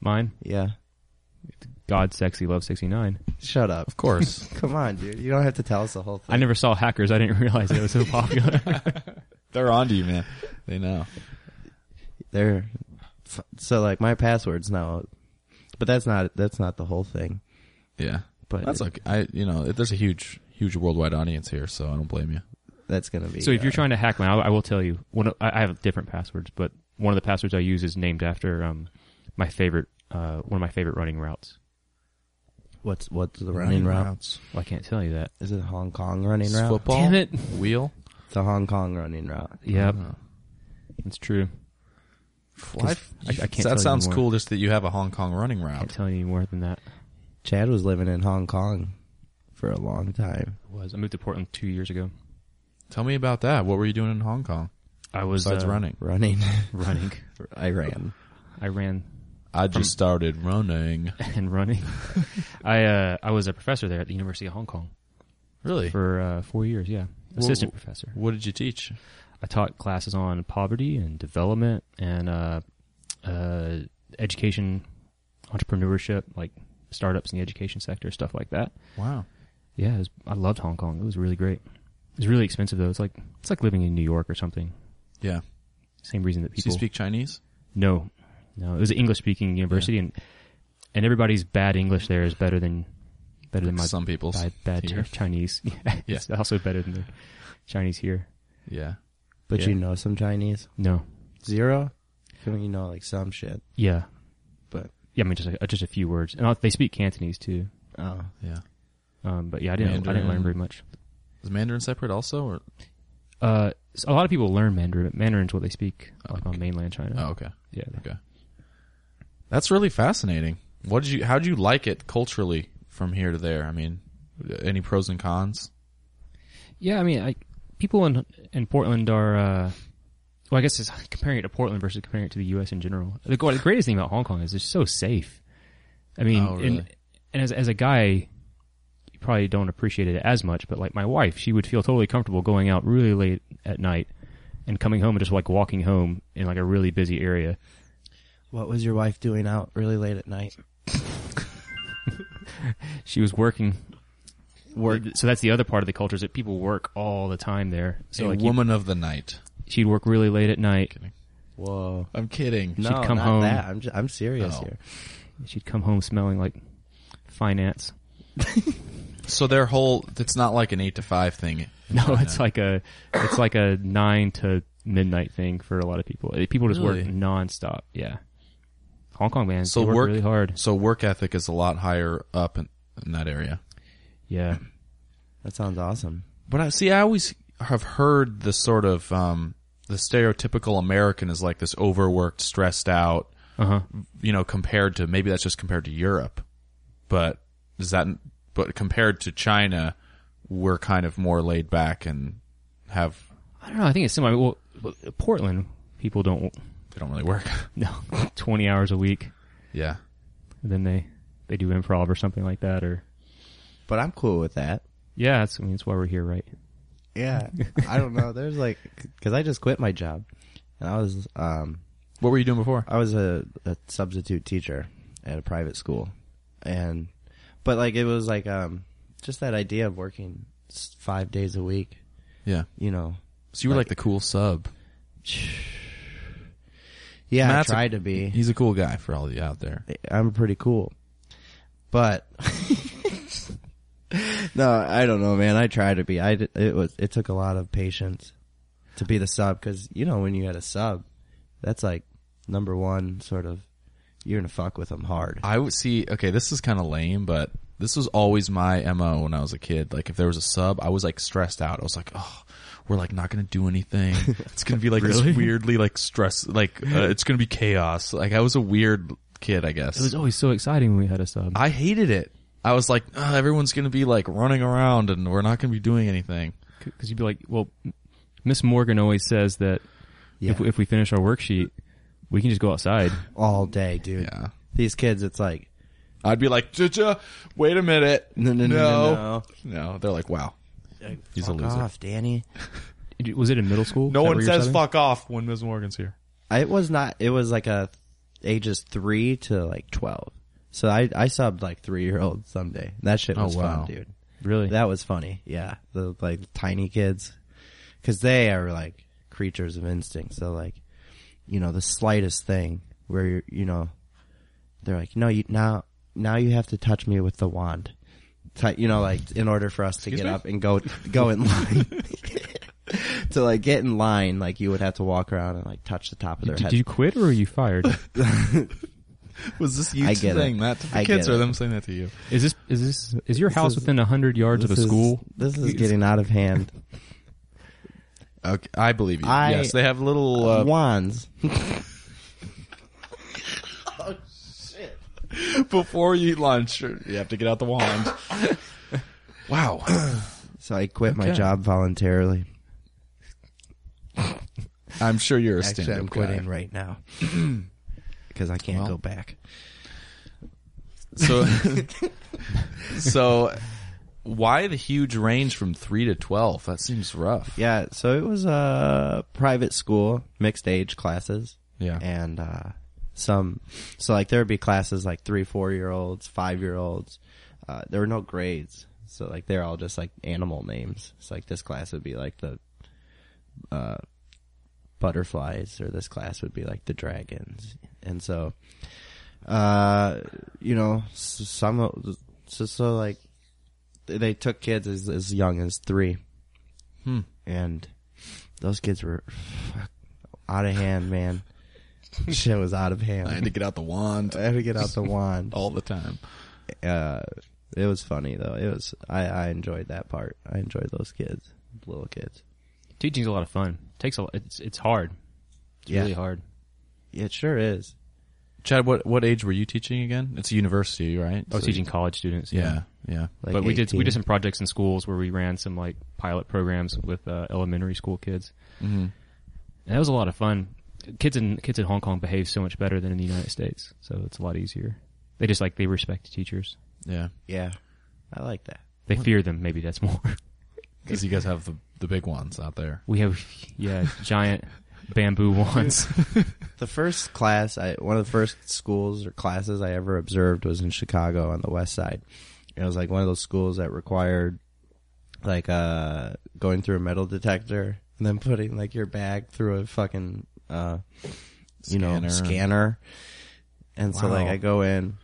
Speaker 3: Mine,
Speaker 2: Yeah.
Speaker 3: God, Sexy Love 69.
Speaker 2: Shut up.
Speaker 1: Of course.
Speaker 2: Come on, dude. You don't have to tell us the whole thing.
Speaker 3: I never saw Hackers. I didn't *laughs* realize it was
Speaker 1: *laughs*
Speaker 3: so popular.
Speaker 1: *laughs* They're on to you, man. They know.
Speaker 2: They're f- so like my password's now, but that's not that's not the whole thing.
Speaker 1: Yeah.
Speaker 2: But
Speaker 1: That's okay. I, you know, it- there's a huge, huge worldwide audience here, so I don't blame you.
Speaker 2: That's gonna be.
Speaker 3: so if you're
Speaker 2: uh,
Speaker 3: trying to hack mine, I, I will tell you. One, of- I I have different passwords, but one of the passwords I use is named after um, my favorite, uh, one of my favorite running routes.
Speaker 2: what's what's the running, route?
Speaker 3: Well, I can't tell you that.
Speaker 2: Is it Hong Kong running route?
Speaker 1: Football.
Speaker 3: Damn it.
Speaker 1: Wheel. Uh,
Speaker 2: The Hong Kong running route.
Speaker 3: Yep,
Speaker 1: Oh.
Speaker 3: it's true.
Speaker 1: Fly.
Speaker 3: I- I can't tell you
Speaker 1: that sounds
Speaker 3: more.
Speaker 1: cool. Just that you have a Hong Kong running
Speaker 3: I can't
Speaker 1: route.
Speaker 3: tell you any more than that.
Speaker 2: Chad was living in Hong Kong for a long time.
Speaker 3: It was I moved to Portland two years ago.
Speaker 1: Tell me about that. What were you doing in Hong Kong
Speaker 3: I was
Speaker 1: besides
Speaker 3: uh,
Speaker 1: running?
Speaker 2: Running.
Speaker 3: *laughs* Running.
Speaker 2: I ran.
Speaker 3: I ran *laughs*
Speaker 1: I just started running.
Speaker 3: and running. I uh, I was a professor there at the University of Hong Kong,
Speaker 1: Really?
Speaker 3: for uh, four years. Yeah,
Speaker 1: Wha-
Speaker 3: assistant professor.
Speaker 1: What did you teach?
Speaker 3: I taught classes on poverty and development and uh, uh, education, entrepreneurship, like startups in the education sector, stuff like that.
Speaker 1: Wow.
Speaker 3: Yeah, it was, I loved Hong Kong. It was really great. It was really expensive though. It's like it's like living in New York or something.
Speaker 1: Yeah.
Speaker 3: Same reason that
Speaker 1: Do
Speaker 3: people
Speaker 1: you speak Chinese?
Speaker 3: no, no. It was an English speaking university, and and everybody's bad English there is better than better than my
Speaker 1: Some people's.
Speaker 3: bad, bad
Speaker 1: here.
Speaker 3: *laughs* Chinese. yeah, it's also better than the Chinese here.
Speaker 1: Yeah.
Speaker 2: But
Speaker 3: Yeah.
Speaker 2: you know some Chinese?
Speaker 3: No,
Speaker 2: Zero? I mean, you know like some shit,
Speaker 3: yeah,
Speaker 2: but
Speaker 3: yeah. I mean, just a, just a few words, and I'll- they speak Cantonese too.
Speaker 2: oh,
Speaker 1: Yeah.
Speaker 3: Um, but yeah, I didn't I didn't
Speaker 1: Mandarin.
Speaker 3: learn very much.
Speaker 1: Is Mandarin separate also? Or?
Speaker 3: Uh, so a lot of people learn Mandarin. but Mandarin's what they speak like
Speaker 1: Okay.
Speaker 3: on mainland China.
Speaker 1: Oh, okay.
Speaker 3: Yeah,
Speaker 1: Okay. That's really fascinating. What did you? How would you like it culturally from here to there? I mean, any pros and cons?
Speaker 3: Yeah, I mean, I, people in in Portland are. Uh, well, I guess it's *laughs* comparing it to Portland versus comparing it to the U.S. in general. The, the greatest thing about Hong Kong is it's so safe. I mean,
Speaker 1: Oh,
Speaker 3: and,
Speaker 1: really?
Speaker 3: and as as a guy, you probably don't appreciate it as much. But like my wife, she would feel totally comfortable going out really late at night and coming home and just like walking home in like a really busy area.
Speaker 2: what was your wife doing out really late at night?
Speaker 3: She was working. Work. So that's the other part of the culture is that people work all the time there. So
Speaker 1: a
Speaker 3: like you-
Speaker 1: woman of the night.
Speaker 3: she'd work really late at night.
Speaker 2: Whoa.
Speaker 1: I'm kidding.
Speaker 2: No,
Speaker 3: come
Speaker 2: not
Speaker 3: home.
Speaker 2: that. I'm, just, I'm serious
Speaker 1: Oh.
Speaker 2: here.
Speaker 3: She'd come home smelling like finance. *laughs*
Speaker 1: So their whole it's not like an eight to five thing.
Speaker 3: No, it's like a it's like a nine to midnight thing for a lot of people. Eh, People just work
Speaker 1: Really?
Speaker 3: nonstop. Yeah, Hong Kong man,
Speaker 1: So
Speaker 3: they work,
Speaker 1: work-
Speaker 3: really hard.
Speaker 1: So work ethic is a lot higher up in, in that area.
Speaker 3: Yeah,
Speaker 2: That sounds awesome.
Speaker 1: But I see. I always have heard the sort of um, the stereotypical American is like this overworked, stressed out.
Speaker 3: uh huh.
Speaker 1: You know, compared to maybe that's just compared to Europe, but is that? But compared to China, we're kind of more laid back and have
Speaker 3: I don't know. I think it's similar. Well, well, Portland people don't
Speaker 1: they don't really work.
Speaker 3: no twenty hours a week.
Speaker 1: yeah,
Speaker 3: And then they they do improv or something like that. Or
Speaker 2: But I'm cool with that.
Speaker 3: yeah, that's I mean that's why we're here, right?
Speaker 2: Yeah. *laughs* I don't know. There's like, cause I just quit my job and I was, um,
Speaker 1: what were you doing before?
Speaker 2: I was a, a substitute teacher at a private school, and but like it was like um just that idea of working s- five days a week,
Speaker 1: Yeah,
Speaker 2: you know. *sighs*
Speaker 1: so you were like the cool sub.
Speaker 2: Yeah,
Speaker 1: Matt's a-
Speaker 2: I tried to be.
Speaker 1: He's a cool guy for all of you out there.
Speaker 2: I'm pretty cool, but *laughs* no, I don't know, man. I tried to be. I did- it was it took a lot of patience to be the sub because you know when you had a sub, that's like number one sort of. You're gonna fuck with them hard.
Speaker 1: I would see. Okay, this is kind of lame, but this was always my mo when I was a kid. Like, if there was a sub, I was like stressed out. I was like, oh, we're like not gonna do *laughs* anything. It's gonna be like this weirdly like stress. Like, uh, it's gonna be chaos. Like, I was a weird kid, I guess.
Speaker 3: It was always so exciting when we had a sub.
Speaker 1: I hated it. I was like, "Ugh, everyone's gonna be like running around, and we're not gonna be doing anything.
Speaker 3: because you'd be like, well, Miss Morgan always says that
Speaker 2: Yeah.
Speaker 3: if we, if we finish our worksheet, we can just go outside.
Speaker 2: all day, dude.
Speaker 1: Yeah.
Speaker 2: These kids, it's like
Speaker 1: I'd be like, "Cha-cha, wait a minute,
Speaker 2: No, no, no, no,
Speaker 1: no. They're like, wow, he's a
Speaker 2: fuck
Speaker 1: loser.
Speaker 2: off, Danny.
Speaker 3: Was it in middle
Speaker 1: No
Speaker 3: school? Is that
Speaker 1: one
Speaker 3: where you're
Speaker 1: says
Speaker 3: studying?
Speaker 1: fuck off when Ms. Morgan's here.
Speaker 2: It was not. It was like a ages three to like twelve. So I I subbed like three year olds someday. That shit
Speaker 1: Oh,
Speaker 2: was
Speaker 1: wow.
Speaker 2: fun, dude.
Speaker 3: Really?
Speaker 2: That was funny. Yeah, the like tiny kids, because they are like creatures of instinct. So like, you know, the slightest thing where you're, you know, they're like, no, you now now you have to touch me with the wand. Ti- you know, like in order for us to get
Speaker 1: me?
Speaker 2: up and go go in line. *laughs* to like get in line, like you would have to walk around and like touch the top of their
Speaker 3: did,
Speaker 2: head.
Speaker 3: did you quit or were you fired?
Speaker 1: Was this you
Speaker 2: I
Speaker 1: two
Speaker 2: get it.
Speaker 1: saying that to the
Speaker 2: I
Speaker 1: kids
Speaker 2: get
Speaker 1: or
Speaker 2: it.
Speaker 1: them saying that to you?
Speaker 3: is this is this is your house
Speaker 2: is-
Speaker 3: within a hundred yards of a
Speaker 2: This is-
Speaker 3: school?
Speaker 2: This is getting out of hand.
Speaker 1: Okay, I believe you.
Speaker 2: I-
Speaker 1: yes, they have little. Uh,
Speaker 2: Wands.
Speaker 1: *laughs* before you eat lunch, you have to get out the *laughs* wand. wow. *coughs*
Speaker 2: So I quit my
Speaker 1: Okay.
Speaker 2: job voluntarily.
Speaker 1: I'm sure you're a
Speaker 2: Actually, I'm
Speaker 1: stand-up
Speaker 2: quitting
Speaker 1: guy. *clears throat*
Speaker 2: right now because I can't
Speaker 1: Well.
Speaker 2: go back.
Speaker 1: *laughs* So, so why the huge range from three to twelve? That seems rough.
Speaker 2: Yeah, so it was a private school, mixed age classes,
Speaker 1: Yeah.
Speaker 2: and uh, some. So like there would be classes like three, four year olds, five year olds. Uh, there were no grades, so like they're all just like animal names. It's like this class would be like the uh, butterflies, or this class would be like the dragons, and so uh, you know, s- some of- so so like th- they took kids as as young as three,
Speaker 1: Hmm.
Speaker 2: and those kids were fuck, out of hand,
Speaker 3: *laughs*
Speaker 2: man. Shit was out of hand.
Speaker 1: I had to get out the wand
Speaker 2: I had to get out the wand.
Speaker 1: *laughs*
Speaker 3: Oh.
Speaker 1: all the time.
Speaker 2: Uh, it was funny though. It was I I enjoyed that part. I enjoyed those kids, little kids.
Speaker 3: Teaching's a lot of fun. takes a lot. It's it's hard. It's
Speaker 2: Yeah.
Speaker 3: really hard.
Speaker 2: It sure is.
Speaker 1: Chad, what what age were you teaching again? It's a university, right?
Speaker 2: Oh,
Speaker 3: I was
Speaker 1: So-
Speaker 3: teaching college students.
Speaker 1: Yeah, yeah.
Speaker 2: Like
Speaker 3: but we did
Speaker 2: 18.
Speaker 3: we did some projects in schools where we ran some like pilot programs with uh, elementary school kids.
Speaker 1: Mm-hmm.
Speaker 3: And that was a lot of fun. Kids in kids in Hong Kong behave so much better than in the United States, so it's a lot easier. They just like they respect teachers.
Speaker 1: Yeah,
Speaker 2: Yeah, I like that.
Speaker 3: They fear them. Maybe that's more. *laughs*
Speaker 1: because you guys have the the big ones out there.
Speaker 3: We have yeah giant bamboo wands.
Speaker 2: The first class, I one of the first schools or classes I ever observed was in Chicago on the West Side. It was like one of those schools that required like uh going through a metal detector and then putting like your bag through a fucking uh you know
Speaker 1: Scanner.
Speaker 2: scanner. And so like
Speaker 1: Wow.
Speaker 2: I go in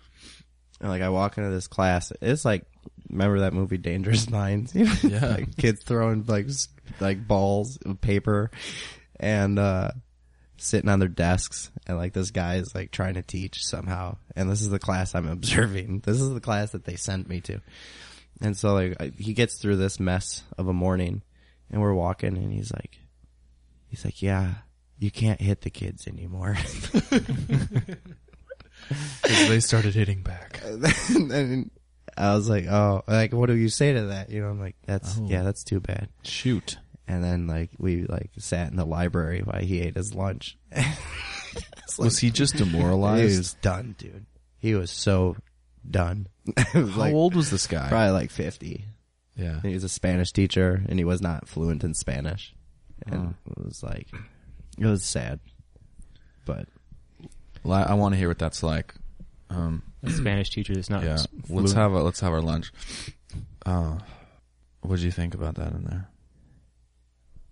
Speaker 2: and like I walk into this class. It's like remember that movie Dangerous *laughs* Minds? You know,
Speaker 1: *laughs* Yeah.
Speaker 2: like kids throwing like s- like balls of paper and uh sitting on their desks and like this guy is like trying to teach somehow and this is the class i'm *laughs* observing this is the class that they sent me to and so like I, he gets through this mess of a morning and we're walking and he's like he's like yeah you can't hit the kids anymore *laughs*
Speaker 1: 'Cause they started hitting back.
Speaker 2: and then i was like oh like what do you say to that you know i'm like that's
Speaker 1: Oh.
Speaker 2: yeah that's too bad
Speaker 1: Shoot.
Speaker 2: and then like we like sat in the library while he ate his lunch *laughs* It's like-
Speaker 1: Was he just
Speaker 2: He
Speaker 1: demoralized?
Speaker 2: was done, dude. He was so done. It was
Speaker 1: How
Speaker 2: *laughs* like-
Speaker 1: old was this guy?
Speaker 2: Probably like fifty.
Speaker 1: Yeah.
Speaker 2: He was a Spanish teacher, and he was not fluent in Spanish. And it was like, it was sad, but
Speaker 1: Well, I, I want to hear what that's like. Um,
Speaker 3: A Spanish teacher that's not
Speaker 1: yeah.
Speaker 3: s-
Speaker 1: Let's
Speaker 3: fluent.
Speaker 1: have a, let's have our lunch. Uh, what did you think about that in there?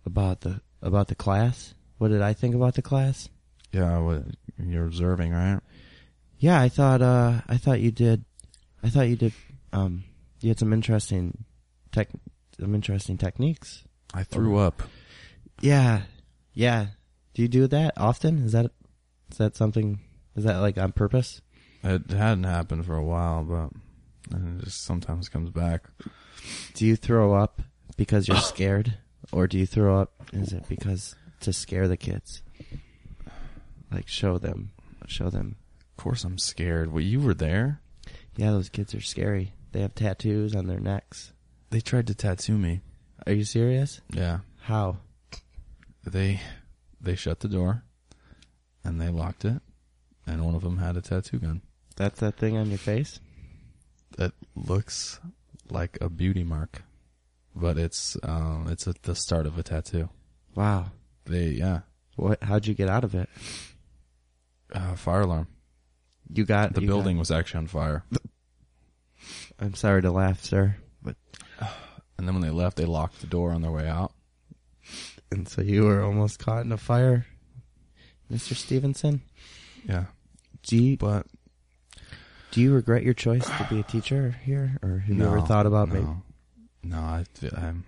Speaker 2: about the about the class. What did I think about the class?
Speaker 1: Yeah, what you're observing, right?
Speaker 2: Yeah, I thought uh I thought you did, I thought you did um you had some interesting tech some interesting techniques.
Speaker 1: I threw up.
Speaker 2: Yeah, yeah. Do you do that often? Is that is that something? Is that like on purpose?
Speaker 1: It hadn't happened for a while, but and it just sometimes comes back.
Speaker 2: Do you throw up because you're scared, or do you throw up? Is it because to scare the kids? Like show them, show them.
Speaker 1: Of course, I'm scared. Well, you were there.
Speaker 2: Yeah, those kids are scary. They have tattoos on their necks.
Speaker 1: They tried to tattoo me.
Speaker 2: Are you serious?
Speaker 1: Yeah.
Speaker 2: How?
Speaker 1: they they shut the door and they locked it and one of them had a tattoo gun
Speaker 2: That's that thing on your face.
Speaker 1: that looks like a beauty mark but it's um it's at the start of a tattoo
Speaker 2: Wow.
Speaker 1: they yeah
Speaker 2: What? How'd you get out of it?
Speaker 1: uh, fire alarm
Speaker 2: You got
Speaker 1: the
Speaker 2: you got-
Speaker 1: building was actually on fire
Speaker 2: I'm sorry to laugh, sir, but
Speaker 1: and then when they left they locked the door on their way out
Speaker 2: and so you were almost caught in a fire, Mr. Stevenson.
Speaker 1: yeah
Speaker 2: Do you,
Speaker 1: but
Speaker 2: do you regret your choice to be a teacher here, or have
Speaker 1: no,
Speaker 2: you ever thought about
Speaker 1: no.
Speaker 2: maybe?
Speaker 1: no I, i'm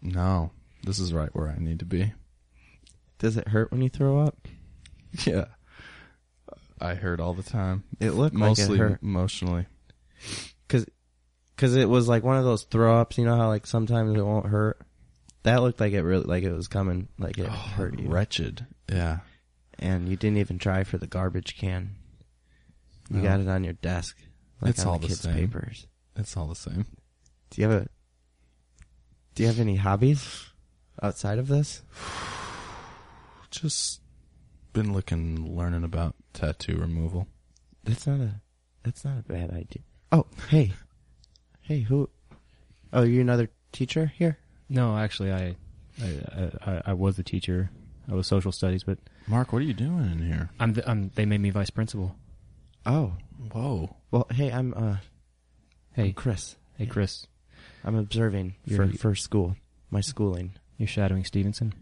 Speaker 1: no this is right where i need to be *laughs*
Speaker 2: Does it hurt when you throw up?
Speaker 1: yeah i heard all the time
Speaker 2: It looked
Speaker 1: mostly
Speaker 2: like it hurt
Speaker 1: emotionally
Speaker 2: because it was like one of those throw ups. You know how like sometimes it won't hurt. That looked like it really like it was coming, like it hurt you,
Speaker 1: Oh, wretched. Yeah.
Speaker 2: Oh, and you didn't even try for the garbage can. You
Speaker 1: No.
Speaker 2: got it on your desk. Like
Speaker 1: It's
Speaker 2: on
Speaker 1: all
Speaker 2: the
Speaker 1: the
Speaker 2: kids'
Speaker 1: same.
Speaker 2: papers.
Speaker 1: It's all the same.
Speaker 2: Do you have a? Do you have any hobbies outside of this?
Speaker 1: Just been looking, learning about tattoo removal.
Speaker 2: That's not a that's not a bad idea. Oh, hey. Hey, who Oh, you're another teacher here?
Speaker 3: No, actually, I, I, I, I was the teacher. I was social studies, but
Speaker 1: Mark, what are you doing in here?
Speaker 3: I'm, the, I'm they made me vice principal.
Speaker 2: Oh,
Speaker 1: Whoa.
Speaker 2: well, hey, I'm uh,
Speaker 3: Hey,
Speaker 2: Chris.
Speaker 3: hey, Chris,
Speaker 2: I'm observing for
Speaker 3: You're-
Speaker 2: for school, my schooling.
Speaker 3: you're shadowing Stevenson.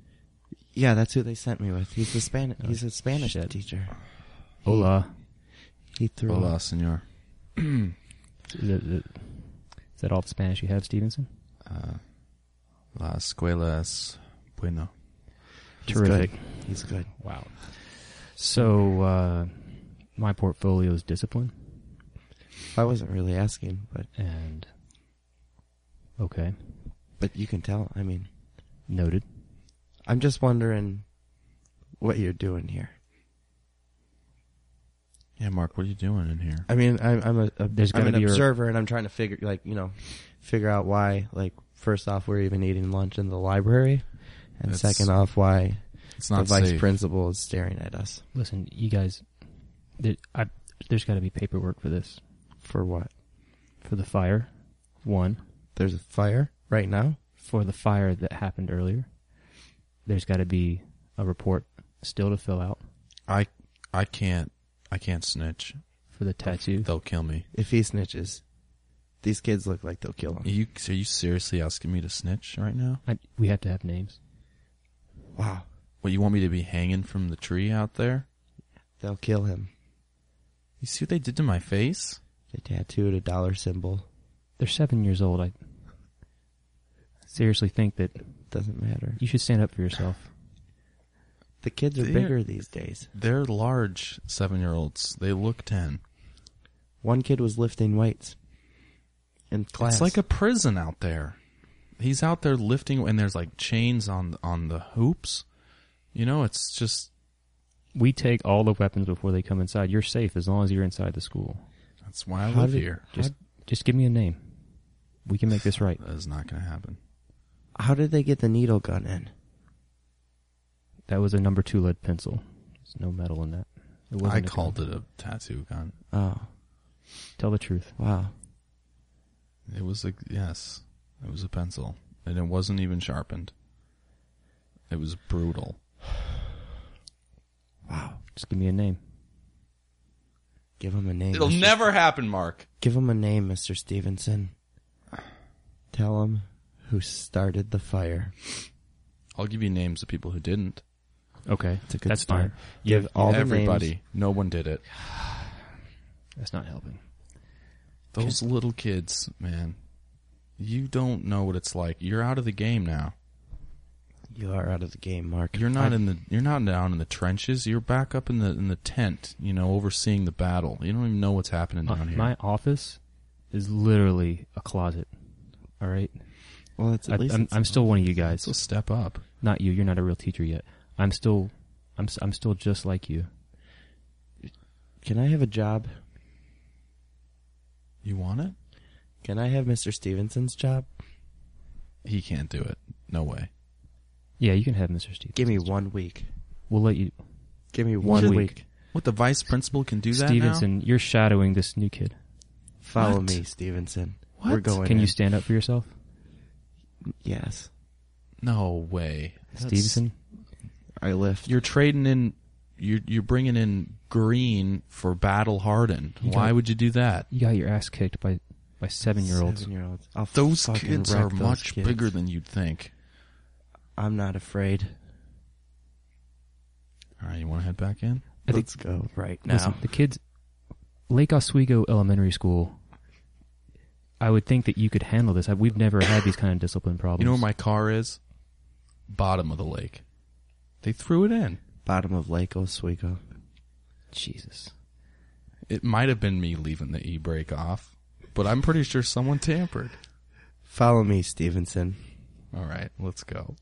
Speaker 2: Yeah, that's who they sent me with. He's the Spanish. He's a Spanish
Speaker 3: Oh, shit.
Speaker 2: teacher.
Speaker 3: Hola.
Speaker 2: He threw.
Speaker 1: Hola, senor.
Speaker 3: Is that, is that all the Spanish you have, Stevenson?
Speaker 1: Uh, la escuela es bueno.
Speaker 2: He's
Speaker 3: Terrific.
Speaker 2: Good. He's good.
Speaker 3: Wow. So, uh, my portfolio is discipline,
Speaker 2: I wasn't really asking, but
Speaker 3: and okay,
Speaker 2: but you can tell. I mean,
Speaker 3: noted.
Speaker 2: I'm just wondering what you're doing here.
Speaker 1: Yeah, Mark, what are you doing in here?
Speaker 2: I mean, I'm, I'm a, a
Speaker 3: There's
Speaker 2: I'm
Speaker 3: gotta
Speaker 2: an
Speaker 3: be a-
Speaker 2: observer, and I'm trying to figure like you know, figure out why like first off we're even eating lunch in the library, and
Speaker 1: That's-
Speaker 2: second off why
Speaker 1: It's
Speaker 2: the
Speaker 1: not
Speaker 2: vice
Speaker 1: safe.
Speaker 2: principal is staring at us
Speaker 3: Listen, you guys, there, I, there's got to be paperwork for this,
Speaker 2: for what?
Speaker 3: for the fire, one,
Speaker 2: There's a fire right now.
Speaker 3: for the fire that happened earlier. There's got to be a report still to fill out
Speaker 1: I I can't I can't snitch.
Speaker 3: for the tattoo.
Speaker 1: They'll kill me.
Speaker 2: If he snitches, these kids look like they'll kill
Speaker 1: Are
Speaker 2: him.
Speaker 1: you are you seriously asking me to snitch right now?
Speaker 3: I, we have to have names.
Speaker 2: Wow,
Speaker 1: What you want me to be hanging from the tree out there?
Speaker 2: they'll kill him.
Speaker 1: You see what they did to my face?
Speaker 2: They tattooed a dollar symbol.
Speaker 3: They're seven years old. I seriously think that
Speaker 2: Doesn't matter.
Speaker 3: you should stand up for yourself.
Speaker 2: The kids are
Speaker 1: They're-
Speaker 2: bigger these days.
Speaker 1: They're large seven year olds. They look ten.
Speaker 2: One kid was lifting weights in class.
Speaker 1: It's like a prison out there. He's out there lifting, and there's like chains on on the hoops. You know, it's just
Speaker 3: We take all the weapons before they come inside. You're safe as long as you're inside the school.
Speaker 1: that's why I
Speaker 2: How
Speaker 1: live
Speaker 2: did-
Speaker 1: here.
Speaker 3: Just, just give me a name. We can make this right.
Speaker 1: That is not going to happen.
Speaker 2: How did they get the needle gun in?
Speaker 3: That was a number two lead pencil. There's no metal in that. It wasn't
Speaker 1: I
Speaker 3: a gun.
Speaker 1: called it a tattoo gun.
Speaker 2: Oh,
Speaker 3: Tell the truth.
Speaker 2: wow.
Speaker 1: It was a yes. It was a pencil, and it wasn't even sharpened. It was brutal.
Speaker 2: Wow.
Speaker 3: Just give me a name.
Speaker 2: Give him a name.
Speaker 1: It'll
Speaker 2: Mr.
Speaker 1: never happen, Mark.
Speaker 2: Give him a name, Mr. Stevenson. Tell him who started the fire.
Speaker 1: I'll give you names of people who didn't.
Speaker 3: Okay,
Speaker 2: It's a good
Speaker 3: that's
Speaker 2: start.
Speaker 3: fine. You
Speaker 2: Give
Speaker 3: have,
Speaker 2: all the
Speaker 1: Everybody.
Speaker 2: names.
Speaker 1: No one did it.
Speaker 3: that's not helping.
Speaker 1: Those little kids, man. You don't know what it's like. You're out of the game now.
Speaker 2: You are out of the game, Mark.
Speaker 1: You're not
Speaker 2: I-
Speaker 1: in the you're not down in the trenches. You're back up in the in the tent, you know, overseeing the battle. You don't even know what's happening
Speaker 3: Uh,
Speaker 1: down here.
Speaker 3: my office is literally a closet. All right,
Speaker 2: Well, it's
Speaker 3: I,
Speaker 2: at least.
Speaker 3: I'm,
Speaker 2: it's-
Speaker 3: I'm still one of you guys.
Speaker 1: so step up.
Speaker 3: Not you. You're not a real teacher yet. I'm still, I'm, s- I'm still just like you.
Speaker 2: Can I have a job?
Speaker 1: You want it?
Speaker 2: Can I have Mr. Stevenson's job?
Speaker 1: He can't do it. No way.
Speaker 3: Yeah, you can have Mr. Stevens.
Speaker 2: Give me one week.
Speaker 3: We'll let you.
Speaker 2: Give me
Speaker 3: One
Speaker 2: one week.
Speaker 3: week.
Speaker 1: What the vice principal can do that
Speaker 3: Stevenson, you're shadowing this new kid.
Speaker 2: Follow
Speaker 1: What?
Speaker 2: me, Stevenson.
Speaker 1: What?
Speaker 2: We're going.
Speaker 3: Can you
Speaker 2: in.
Speaker 3: stand up for yourself,
Speaker 2: Yes,
Speaker 1: now? No way. That's-
Speaker 3: Stevenson?
Speaker 2: I lift.
Speaker 1: You're trading in you're you're bringing in green for battle hardened.
Speaker 3: You
Speaker 1: Why
Speaker 3: got-
Speaker 1: would you do that?
Speaker 3: You got your ass kicked by by seven year olds.
Speaker 2: Seven-year-olds. I'll
Speaker 1: Those
Speaker 2: fucking
Speaker 1: kids
Speaker 2: wreck
Speaker 1: are
Speaker 2: those
Speaker 1: much
Speaker 2: kids.
Speaker 1: bigger than you'd think.
Speaker 2: I'm not afraid.
Speaker 1: All right, you want to head back in?
Speaker 3: I think-
Speaker 2: Let's go right now.
Speaker 3: Listen, the kids, Lake Oswego Elementary School. I would think that you could handle this. I- We've never had these kind of discipline problems.
Speaker 1: You know where my car is? Bottom of the lake. They threw it in.
Speaker 2: Bottom of Lake Oswego.
Speaker 3: Jesus.
Speaker 1: It might have been me leaving the e brake off, but I'm pretty sure someone tampered.
Speaker 2: Follow me, Stevenson.
Speaker 1: All right, let's go.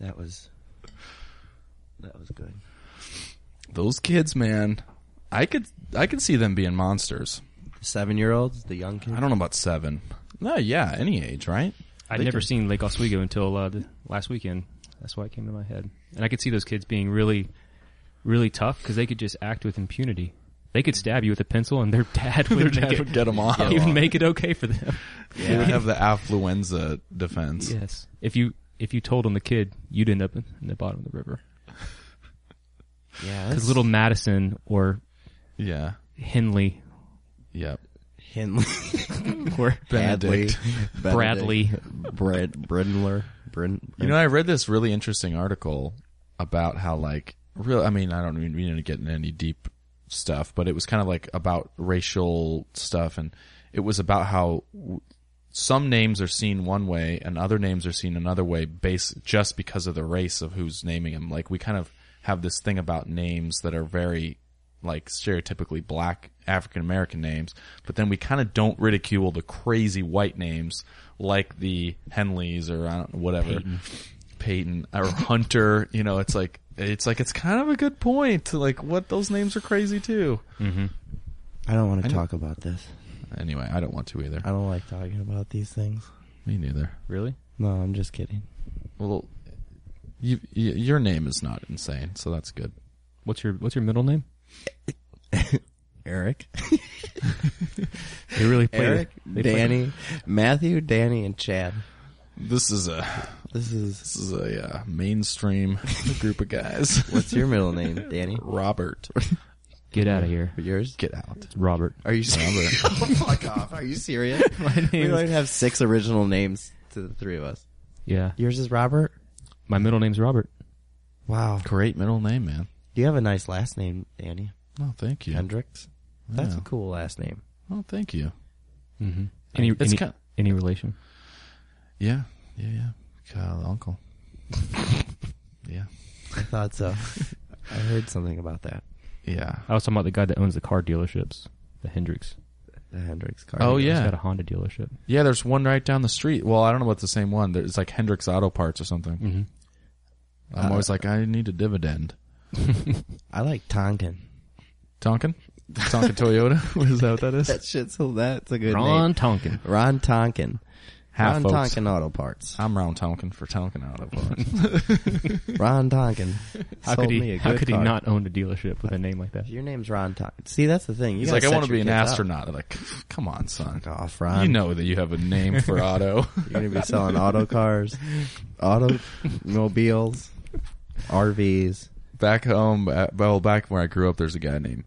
Speaker 2: That was. That was good.
Speaker 1: Those kids, man, I could I could see them being monsters.
Speaker 2: Seven-year-olds, the young kids.
Speaker 1: I don't know about seven. No, yeah, any age, right?
Speaker 3: I'd
Speaker 1: They
Speaker 3: never
Speaker 1: could-
Speaker 3: seen Lake Oswego until uh, the last weekend. That's why it came to my head, and I could see those kids being really, really tough because they could just act with impunity. They could stab you with a pencil, and their *laughs* dad would,
Speaker 1: Their
Speaker 3: make
Speaker 1: dad
Speaker 3: it,
Speaker 1: would get them
Speaker 3: *laughs*
Speaker 1: off.
Speaker 3: he would make it okay for them.
Speaker 1: They would have the affluenza defense.
Speaker 3: Yes, if you if you told on the kid, you'd end up in, in the bottom of the river.
Speaker 2: Yeah,
Speaker 3: Because
Speaker 2: that's-
Speaker 3: little Madison or
Speaker 1: Yeah.
Speaker 3: Henley
Speaker 1: Yep. *laughs*
Speaker 2: Henley *laughs*
Speaker 3: or
Speaker 1: Benedict.
Speaker 3: Bradley,
Speaker 2: Brad Brindler. Brin,
Speaker 1: You know, I read this really interesting article about how like real. I mean, I don't mean we didn't get into any deep stuff, but it was kind of like about racial stuff, and it was about how w- some names are seen one way and other names are seen another way, base just because of the race of who's naming them. Like we kind of have this thing about names that are very like stereotypically black African American names, but then we kind of don't ridicule the crazy white names like the Henleys or I don't, whatever Peyton. or Hunter. You know, it's like it's like it's kind of a good point. Like what those names are crazy too.
Speaker 2: I don't want to
Speaker 1: know.
Speaker 2: talk about this.
Speaker 1: Anyway, I don't want to either.
Speaker 2: I don't like talking about these things.
Speaker 1: Me neither.
Speaker 3: really?
Speaker 2: No, I'm just kidding.
Speaker 1: Well, you, y your name is not insane, so that's good.
Speaker 3: What's your what's your middle name?
Speaker 2: Eric,
Speaker 3: They really play
Speaker 2: Eric,
Speaker 3: they play-
Speaker 2: Danny, Matthew, Danny, and Chad.
Speaker 1: This is a
Speaker 2: This is
Speaker 1: this is a uh, mainstream *laughs* group of guys.
Speaker 2: what's your middle name, Danny?
Speaker 1: Robert, *laughs*
Speaker 3: Get out of here,
Speaker 2: Yours?
Speaker 1: get out.
Speaker 3: Robert.
Speaker 2: Are you serious? oh, fuck off! Are you serious? *laughs* we
Speaker 3: name
Speaker 2: don't
Speaker 3: is-
Speaker 2: even have six original names to the three of us.
Speaker 3: Yeah,
Speaker 2: Yours is Robert.
Speaker 3: my middle name's Robert.
Speaker 2: Wow.
Speaker 1: *laughs* Great middle name, man.
Speaker 2: You have a nice last name, Danny
Speaker 1: Oh, thank you.
Speaker 2: Hendricks. That's
Speaker 1: Yeah.
Speaker 2: a cool last name.
Speaker 1: Oh, thank you.
Speaker 3: Mm-hmm. Any
Speaker 1: It's
Speaker 3: any,
Speaker 1: kind-
Speaker 3: any relation?
Speaker 1: Yeah, yeah, yeah. Kyle, uncle. *laughs* yeah,
Speaker 2: I
Speaker 1: *laughs*
Speaker 2: thought so. I heard something about that.
Speaker 1: yeah.
Speaker 3: I was talking about the guy that owns the car dealerships, the Hendricks.
Speaker 2: The Hendricks car.
Speaker 1: Oh
Speaker 3: He's got
Speaker 1: yeah,
Speaker 3: a Honda dealership.
Speaker 1: yeah. There's one right down the street. Well, I don't know about the same one. There's like Hendrix Auto Parts or something.
Speaker 3: *laughs* Mm-hmm.
Speaker 1: I'm always like, I need a dividend.
Speaker 2: I like Tonkin.
Speaker 1: *laughs* Tonkin, Tonkin *laughs* Toyota. is that what that is?
Speaker 2: *laughs* That shit's so that's a *laughs* good
Speaker 3: Ron
Speaker 2: name.
Speaker 3: Tonkin.
Speaker 2: *laughs* Ron Tonkin.
Speaker 1: Half
Speaker 2: Ron
Speaker 1: folks.
Speaker 2: Tonkin
Speaker 1: *laughs*
Speaker 2: Auto Parts.
Speaker 1: I'm Ron Tonkin for Tonkin Auto Parts.
Speaker 2: Ron Tonkin.
Speaker 3: How
Speaker 2: sold
Speaker 3: could
Speaker 2: me
Speaker 3: he?
Speaker 2: a
Speaker 3: How
Speaker 2: good
Speaker 3: could
Speaker 2: car.
Speaker 3: he not own a dealership with a name like that?
Speaker 2: If Your name's Ron Tonkin. See, that's the thing. You
Speaker 1: He's
Speaker 2: gotta
Speaker 1: like, I
Speaker 2: set
Speaker 1: want to
Speaker 2: your
Speaker 1: be an
Speaker 2: kids up.
Speaker 1: astronaut. I'm like, *laughs* come on, son.
Speaker 2: Fuck Off, Ron.
Speaker 1: You know that you have a name *laughs* for auto.
Speaker 2: You're gonna be selling auto cars,
Speaker 1: *laughs*
Speaker 2: automobiles, RVs.
Speaker 1: back home, uh, well, back where I grew up, there's a guy named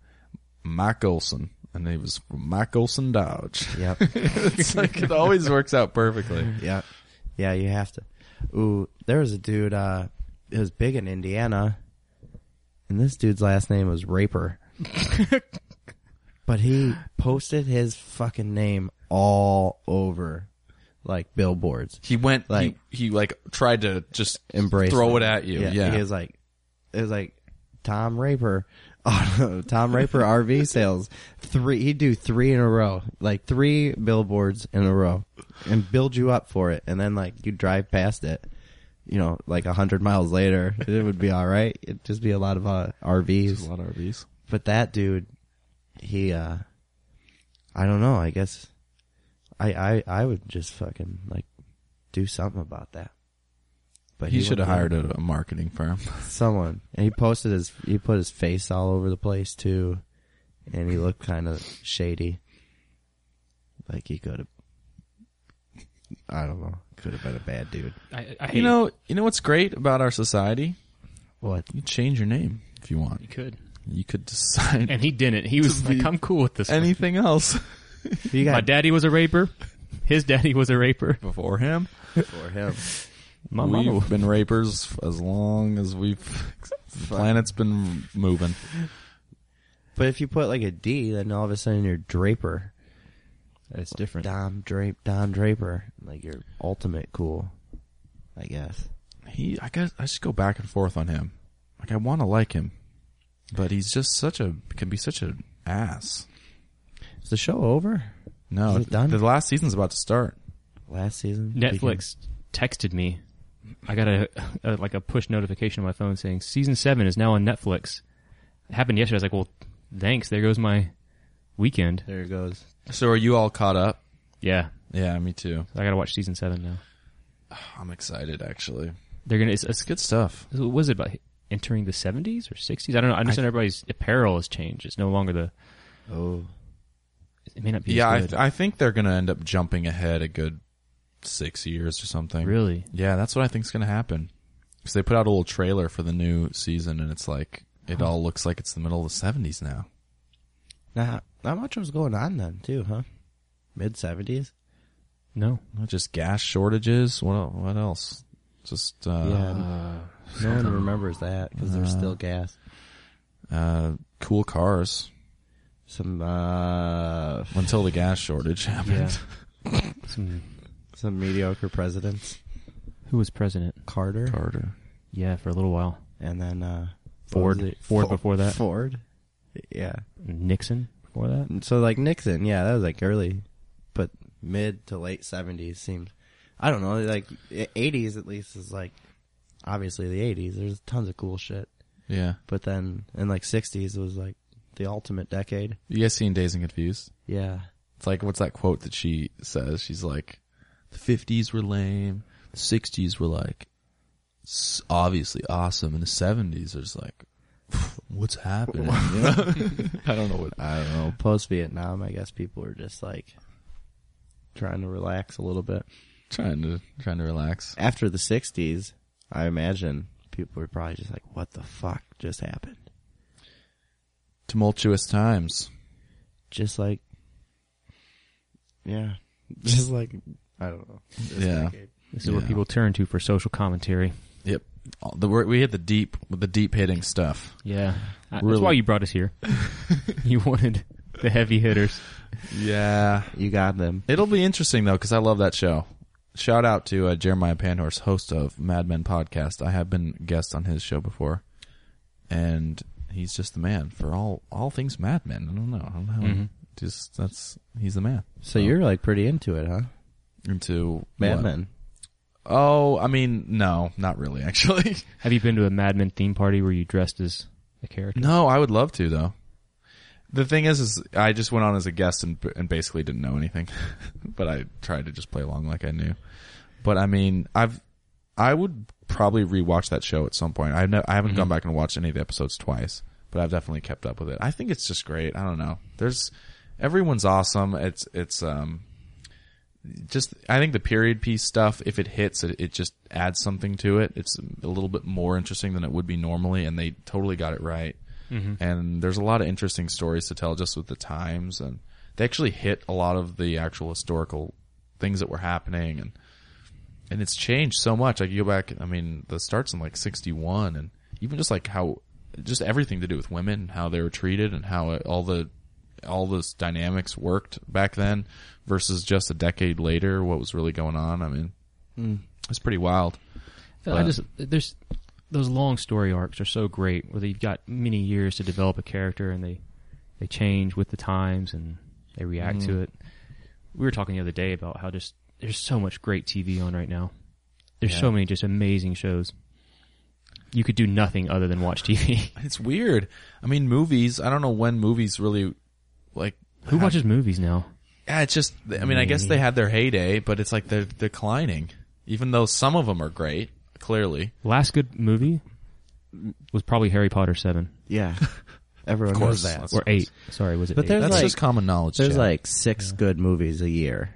Speaker 1: Mike Olson, and he was from Mike Olson Dodge. *laughs*
Speaker 2: Yep.
Speaker 1: it's like it always works out perfectly.
Speaker 2: yeah, yeah. You have to. Ooh, there was a dude. Uh, it was big in Indiana, and this dude's last name was Raper. but he posted his fucking name all over, like billboards.
Speaker 1: He went
Speaker 2: Like-
Speaker 1: he, he like tried to just
Speaker 2: Embrace.
Speaker 1: throw
Speaker 2: them.
Speaker 1: it at you. Yeah,
Speaker 2: He was like, it was like Tom Raper. *laughs* Tom Raper
Speaker 1: *laughs*
Speaker 2: RV sales. Three, he'd do three in a row, like three billboards in a row, and build you up for it. And then like you drive past it, you know, like a hundred miles later, *laughs* it would be all right. It'd just be a lot of uh, RVs.
Speaker 1: lot of RVs.
Speaker 2: But that dude, he, uh, I don't know. I guess I, I, I would just fucking like do something about that. But
Speaker 1: He should have
Speaker 2: wouldn't.
Speaker 1: hired a, a marketing firm.
Speaker 2: someone. And he posted his, he put his face all over the place too. And he looked kind of shady. Like he could have, I don't know, could have been a bad dude.
Speaker 3: I, I hate
Speaker 1: You know, you know what's great about our society?
Speaker 2: What?
Speaker 1: You change your name if you want.
Speaker 3: he could,
Speaker 1: You could decide
Speaker 3: and he didn't. He was like, "I'm cool with this."
Speaker 1: *laughs*
Speaker 3: one.
Speaker 1: anything else
Speaker 2: You
Speaker 3: My
Speaker 2: got
Speaker 3: daddy was a raper. His daddy was a raper.
Speaker 1: before him.
Speaker 2: for him.
Speaker 3: My
Speaker 1: we've
Speaker 3: mama.
Speaker 1: been rapers as long as we've the planet's been moving.
Speaker 2: But if you put like a D, then all of a sudden you're Draper.
Speaker 3: That's different.
Speaker 2: Dom Drape, Don Draper. Like you're ultimate cool, I guess.
Speaker 1: He, I guess, I just go back and forth on him. Like I want to like him, but he's just such a can be such an ass.
Speaker 2: Is the show over?
Speaker 1: No,
Speaker 2: Is it done?
Speaker 1: the last season's about to start.
Speaker 2: Last season?
Speaker 3: Netflix texted me. I got a, a like a push notification on my phone saying season seven is now on Netflix. It happened yesterday. I was like, "Well, thanks." There goes my weekend.
Speaker 2: There it goes.
Speaker 1: So are you all caught up?
Speaker 3: Yeah,
Speaker 1: Yeah, me too.
Speaker 3: I gotta watch season seven now.
Speaker 1: *sighs* I'm excited actually.
Speaker 3: They're gonna. It's, it's
Speaker 1: It's good stuff.
Speaker 3: what was it about entering the 70s or 60s. I don't know. I understand everybody's apparel has changed. It's no longer the.
Speaker 2: Oh,
Speaker 3: It may not be.
Speaker 1: yeah, I,
Speaker 3: as
Speaker 1: th-
Speaker 3: good.
Speaker 1: I think they're gonna end up jumping ahead a good six years or something.
Speaker 3: really.
Speaker 1: Yeah, that's what I think's gonna happen. Because they put out a little trailer for the new season, and it's like it all looks like it's the middle of the seventies now.
Speaker 2: not not much was going on then, too, huh? Mid seventies.
Speaker 3: No.
Speaker 1: Not Just gas shortages. What el- what else? Just uh,
Speaker 3: *laughs*
Speaker 2: no one remembers that because there's still gas.
Speaker 1: uh, cool cars
Speaker 2: Some uh,
Speaker 1: until the gas shortage *laughs*
Speaker 3: Yeah.
Speaker 1: happened.
Speaker 3: Some,
Speaker 2: some mediocre presidents,
Speaker 3: who was president?
Speaker 2: Carter,
Speaker 1: Carter.
Speaker 3: Yeah, for a little while.
Speaker 2: and then uh,
Speaker 3: Ford.
Speaker 2: what was it?
Speaker 3: Ford
Speaker 2: Fo-
Speaker 3: before that.
Speaker 2: Ford. Yeah.
Speaker 3: Nixon before that.
Speaker 2: And So like Nixon, yeah, that was like early, but mid to late seventies seems. I don't know, like e-, eighties at least is like obviously the eighties. There's tons of cool shit,
Speaker 1: Yeah.
Speaker 2: but then in like sixties was like the ultimate decade.
Speaker 1: You guys seen Days and Confused?
Speaker 2: Yeah,
Speaker 1: It's like what's that quote that she says? She's like, "The fifties were lame, the sixties were like s- obviously awesome, and the seventies are just like, what's happening?" You know? *laughs* I don't know what.
Speaker 2: I don't know. Post Vietnam, I guess people were just like trying to relax a little bit.
Speaker 1: Trying to trying to relax.
Speaker 2: After the sixties, I imagine people were probably just like, "What the fuck just happened?"
Speaker 1: Tumultuous times.
Speaker 2: Just like, yeah, *laughs* just like I don't know.
Speaker 1: yeah.
Speaker 3: This is where
Speaker 1: Yeah.
Speaker 3: people turn to for social commentary.
Speaker 1: Yep. All The, we're- we hit the deep the deep hitting stuff.
Speaker 3: Yeah. That's
Speaker 1: Really.
Speaker 3: why you brought
Speaker 1: *laughs*
Speaker 3: us here. you wanted the heavy hitters.
Speaker 1: Yeah.
Speaker 2: You got them.
Speaker 1: It'll be interesting though because I love that show. Shout out to uh, Jeremiah Panhorse, host of Mad Men podcast. I have been guest on his show before, and he's just the man for all all things Mad Men. I don't know, I don't know,
Speaker 3: Mhm.
Speaker 1: just that's he's the man
Speaker 2: So you're like pretty into it, huh?
Speaker 1: into
Speaker 2: Mad
Speaker 1: what?
Speaker 2: Men.
Speaker 1: Oh, I mean, no, not really. *laughs* Actually,
Speaker 3: Have you been to a Mad Men theme party where you dressed as a character?
Speaker 1: no, I would love to though. The thing is, is I just went on as a guest and and basically didn't know anything, *laughs* but I tried to just play along like I knew. But I mean, I've I would probably rewatch that show at some point. I've no, I haven't gone back and watched any of the episodes twice, but I've definitely kept up with it. I think it's just great. I don't know. There's everyone's awesome. It's it's um just I think the period piece stuff if it hits it, it just adds something to it. It's a little bit more interesting than it would be normally and they totally got it right. And there's a lot of interesting stories to tell just with the times and they actually hit a lot of the actual historical things that were happening and and it's changed so much. Like you go back, I mean, the starts in like '61, and even just like how, just everything to do with women, and how they were treated, and how it, all the, all those dynamics worked back then, versus just a decade later, what was really going on. I mean,
Speaker 2: Hmm.
Speaker 1: it's pretty wild.
Speaker 3: I
Speaker 1: But-
Speaker 3: just there's those long story arcs are so great where you've got many years to develop a character and they they change with the times and they react to it. We were talking the other day about how just there's so much great TV on right now. There's so many just amazing shows. You could do nothing other than watch TV.
Speaker 1: It's weird. I mean, movies. I don't know when movies really, like,
Speaker 3: *laughs* Who watches movies now?
Speaker 1: Yeah, it's just. I mean, I guess they had their heyday, but it's like they're declining. Even though some of them are great, clearly.
Speaker 3: Last good movie was probably Harry Potter seven
Speaker 2: *laughs* Yeah, everyone
Speaker 1: course,
Speaker 2: knows that.
Speaker 1: that's-
Speaker 3: or eight. Sorry, was it?
Speaker 2: But
Speaker 3: eight?
Speaker 2: there's
Speaker 1: That's
Speaker 2: like-
Speaker 1: just common knowledge.
Speaker 2: There's
Speaker 1: Chad.
Speaker 2: like six good movies a year.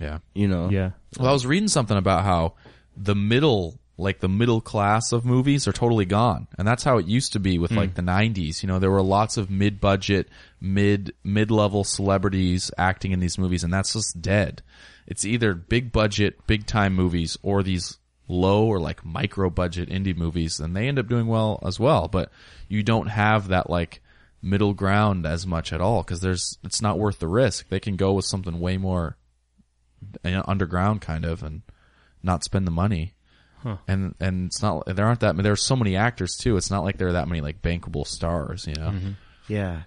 Speaker 1: yeah.
Speaker 2: You know.
Speaker 3: yeah.
Speaker 1: Well, I was reading something about how the middle, like the middle class of movies are totally gone. And that's how it used to be with like the 90s. You know, there were lots of mid-budget, mid, mid-level celebrities acting in these movies and that's just dead. It's either big budget, big time movies or these low or like micro budget indie movies and they end up doing well as well. But you don't have that like, middle ground as much at all because there's it's not worth the risk they can go with something way more you know, underground kind of and not spend the money. And and it's not there aren't that there are so many actors too. It's not like there are that many like bankable stars, you know.
Speaker 2: Mm-hmm. Yeah.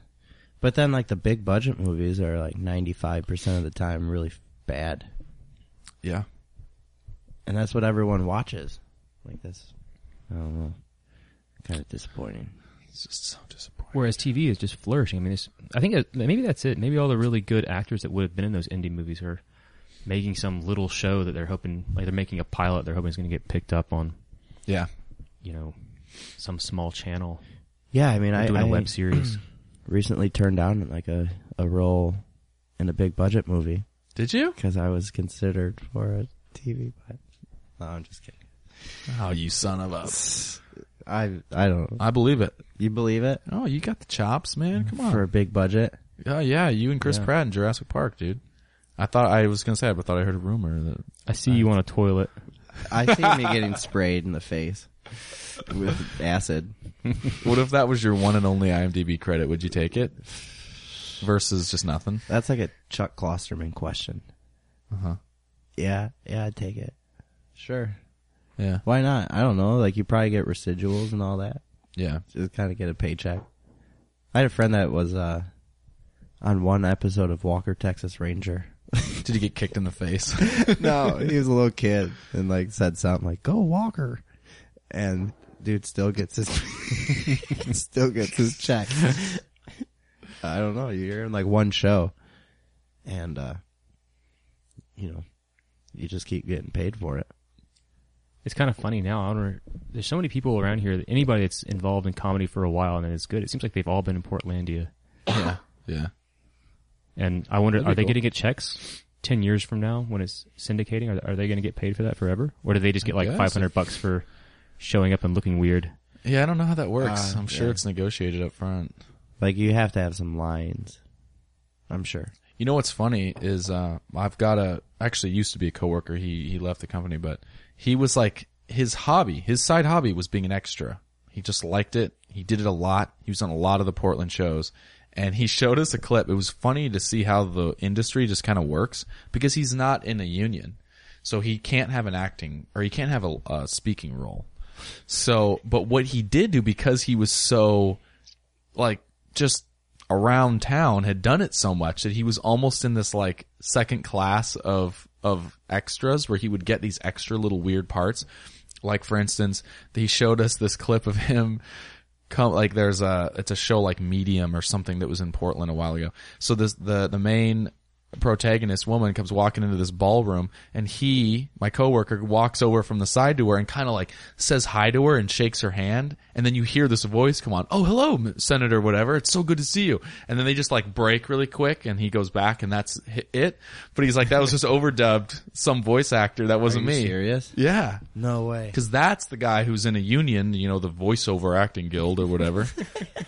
Speaker 2: But then like the big budget movies are like 95% of the time really f- bad.
Speaker 1: Yeah.
Speaker 2: And that's what everyone watches. Like this. I don't know. Kind of disappointing.
Speaker 1: It's just so disappointing.
Speaker 3: Whereas TV is just flourishing. I mean, it's, I think that- maybe that's it. Maybe all the really good actors that would have been in those indie movies are making some little show that they're hoping, like they're making a pilot they're hoping is going to get picked up on,
Speaker 1: Yeah.
Speaker 3: you know, some small channel
Speaker 2: Yeah, I mean, I,
Speaker 3: doing a
Speaker 2: I *clears throat*
Speaker 3: web series.
Speaker 2: recently turned down like a, a role in a big budget movie
Speaker 1: Did you?
Speaker 2: because I was considered for a TV. But no, I'm just kidding.
Speaker 1: Oh, you son of a!
Speaker 2: I I don't.
Speaker 1: I believe it.
Speaker 2: You believe it
Speaker 1: Oh, you got the chops, man. Come on.
Speaker 2: Mm-hmm. for a big budget?
Speaker 1: Oh yeah, you and Chris
Speaker 2: Yeah.
Speaker 1: Pratt in Jurassic Park, dude. I thought I was gonna say it, but I thought I heard a rumor that
Speaker 3: I see you on a toilet.
Speaker 2: *laughs* I see me getting sprayed in the face with acid.
Speaker 1: What if that was your one and only IMDb credit? Would you take it? Versus just nothing.
Speaker 2: That's like a Chuck Klosterman question.
Speaker 1: Uh
Speaker 2: Uh-huh.
Speaker 1: huh.
Speaker 2: Yeah, yeah, I'd take it. Sure.
Speaker 1: Yeah.
Speaker 2: Why not? I don't know. Like you probably get residuals and all that.
Speaker 1: Yeah.
Speaker 2: Just kind of get a paycheck. I had a friend that was uh on one episode of Walker Texas Ranger.
Speaker 1: Did you get kicked in the face?
Speaker 2: no, he was a little kid and like said something like "Go Walker," and dude still gets his *laughs* still gets his check. I don't know. You're in like one show, and uh you know, you just keep getting paid for it.
Speaker 3: It's kind of funny now. I don't. re- There's so many people around here. That anybody that's involved in comedy for a while and then it's good. It seems like they've all been in Portlandia.
Speaker 1: yeah. Yeah.
Speaker 3: And I wonder,
Speaker 1: That'd be
Speaker 3: are they
Speaker 1: cool.
Speaker 3: going to get checks ten years from now when it's syndicating? Are, are they going to get paid for that forever, or do they just get like
Speaker 1: guess.
Speaker 3: five hundred bucks for showing up and looking weird?
Speaker 1: Yeah. I don't know how that works.
Speaker 2: Uh,
Speaker 1: I'm sure
Speaker 2: yeah.
Speaker 1: it's negotiated up front.
Speaker 2: Like you have to have some lines. I'm sure.
Speaker 1: You know what's funny is uh, I've got a actually used to be a coworker. He he left the company, but he was like his hobby, his side hobby was being an extra. He just liked it. He did it a lot. He was on a lot of the Portland shows, and he *laughs* showed us a clip. It was funny to see how the industry just kind of works because he's not in a union, so he can't have an acting or he can't have a, a speaking role. So, but what he did do because he was so like just around town had done it so much that he was almost in this like second class of of extras where he would get these extra little weird parts. Like for instance, he showed us this clip of him come like there's a it's a show like Medium or something that was in Portland a while ago. So this the the main protagonist woman comes walking into this ballroom and he, my coworker, walks over from the side to her and kind of like says hi to her and shakes her hand. And then you hear this voice come on, Oh, hello, M- Senator, whatever. It's so good to see you. And then they just like break really quick and he goes back and that's hi- it. But he's like, that was just *laughs* overdubbed some voice actor. That wasn't me.
Speaker 2: Serious?
Speaker 1: Yeah.
Speaker 2: No way.
Speaker 1: Because that's the guy who's in a union, you know, the voiceover acting guild or whatever,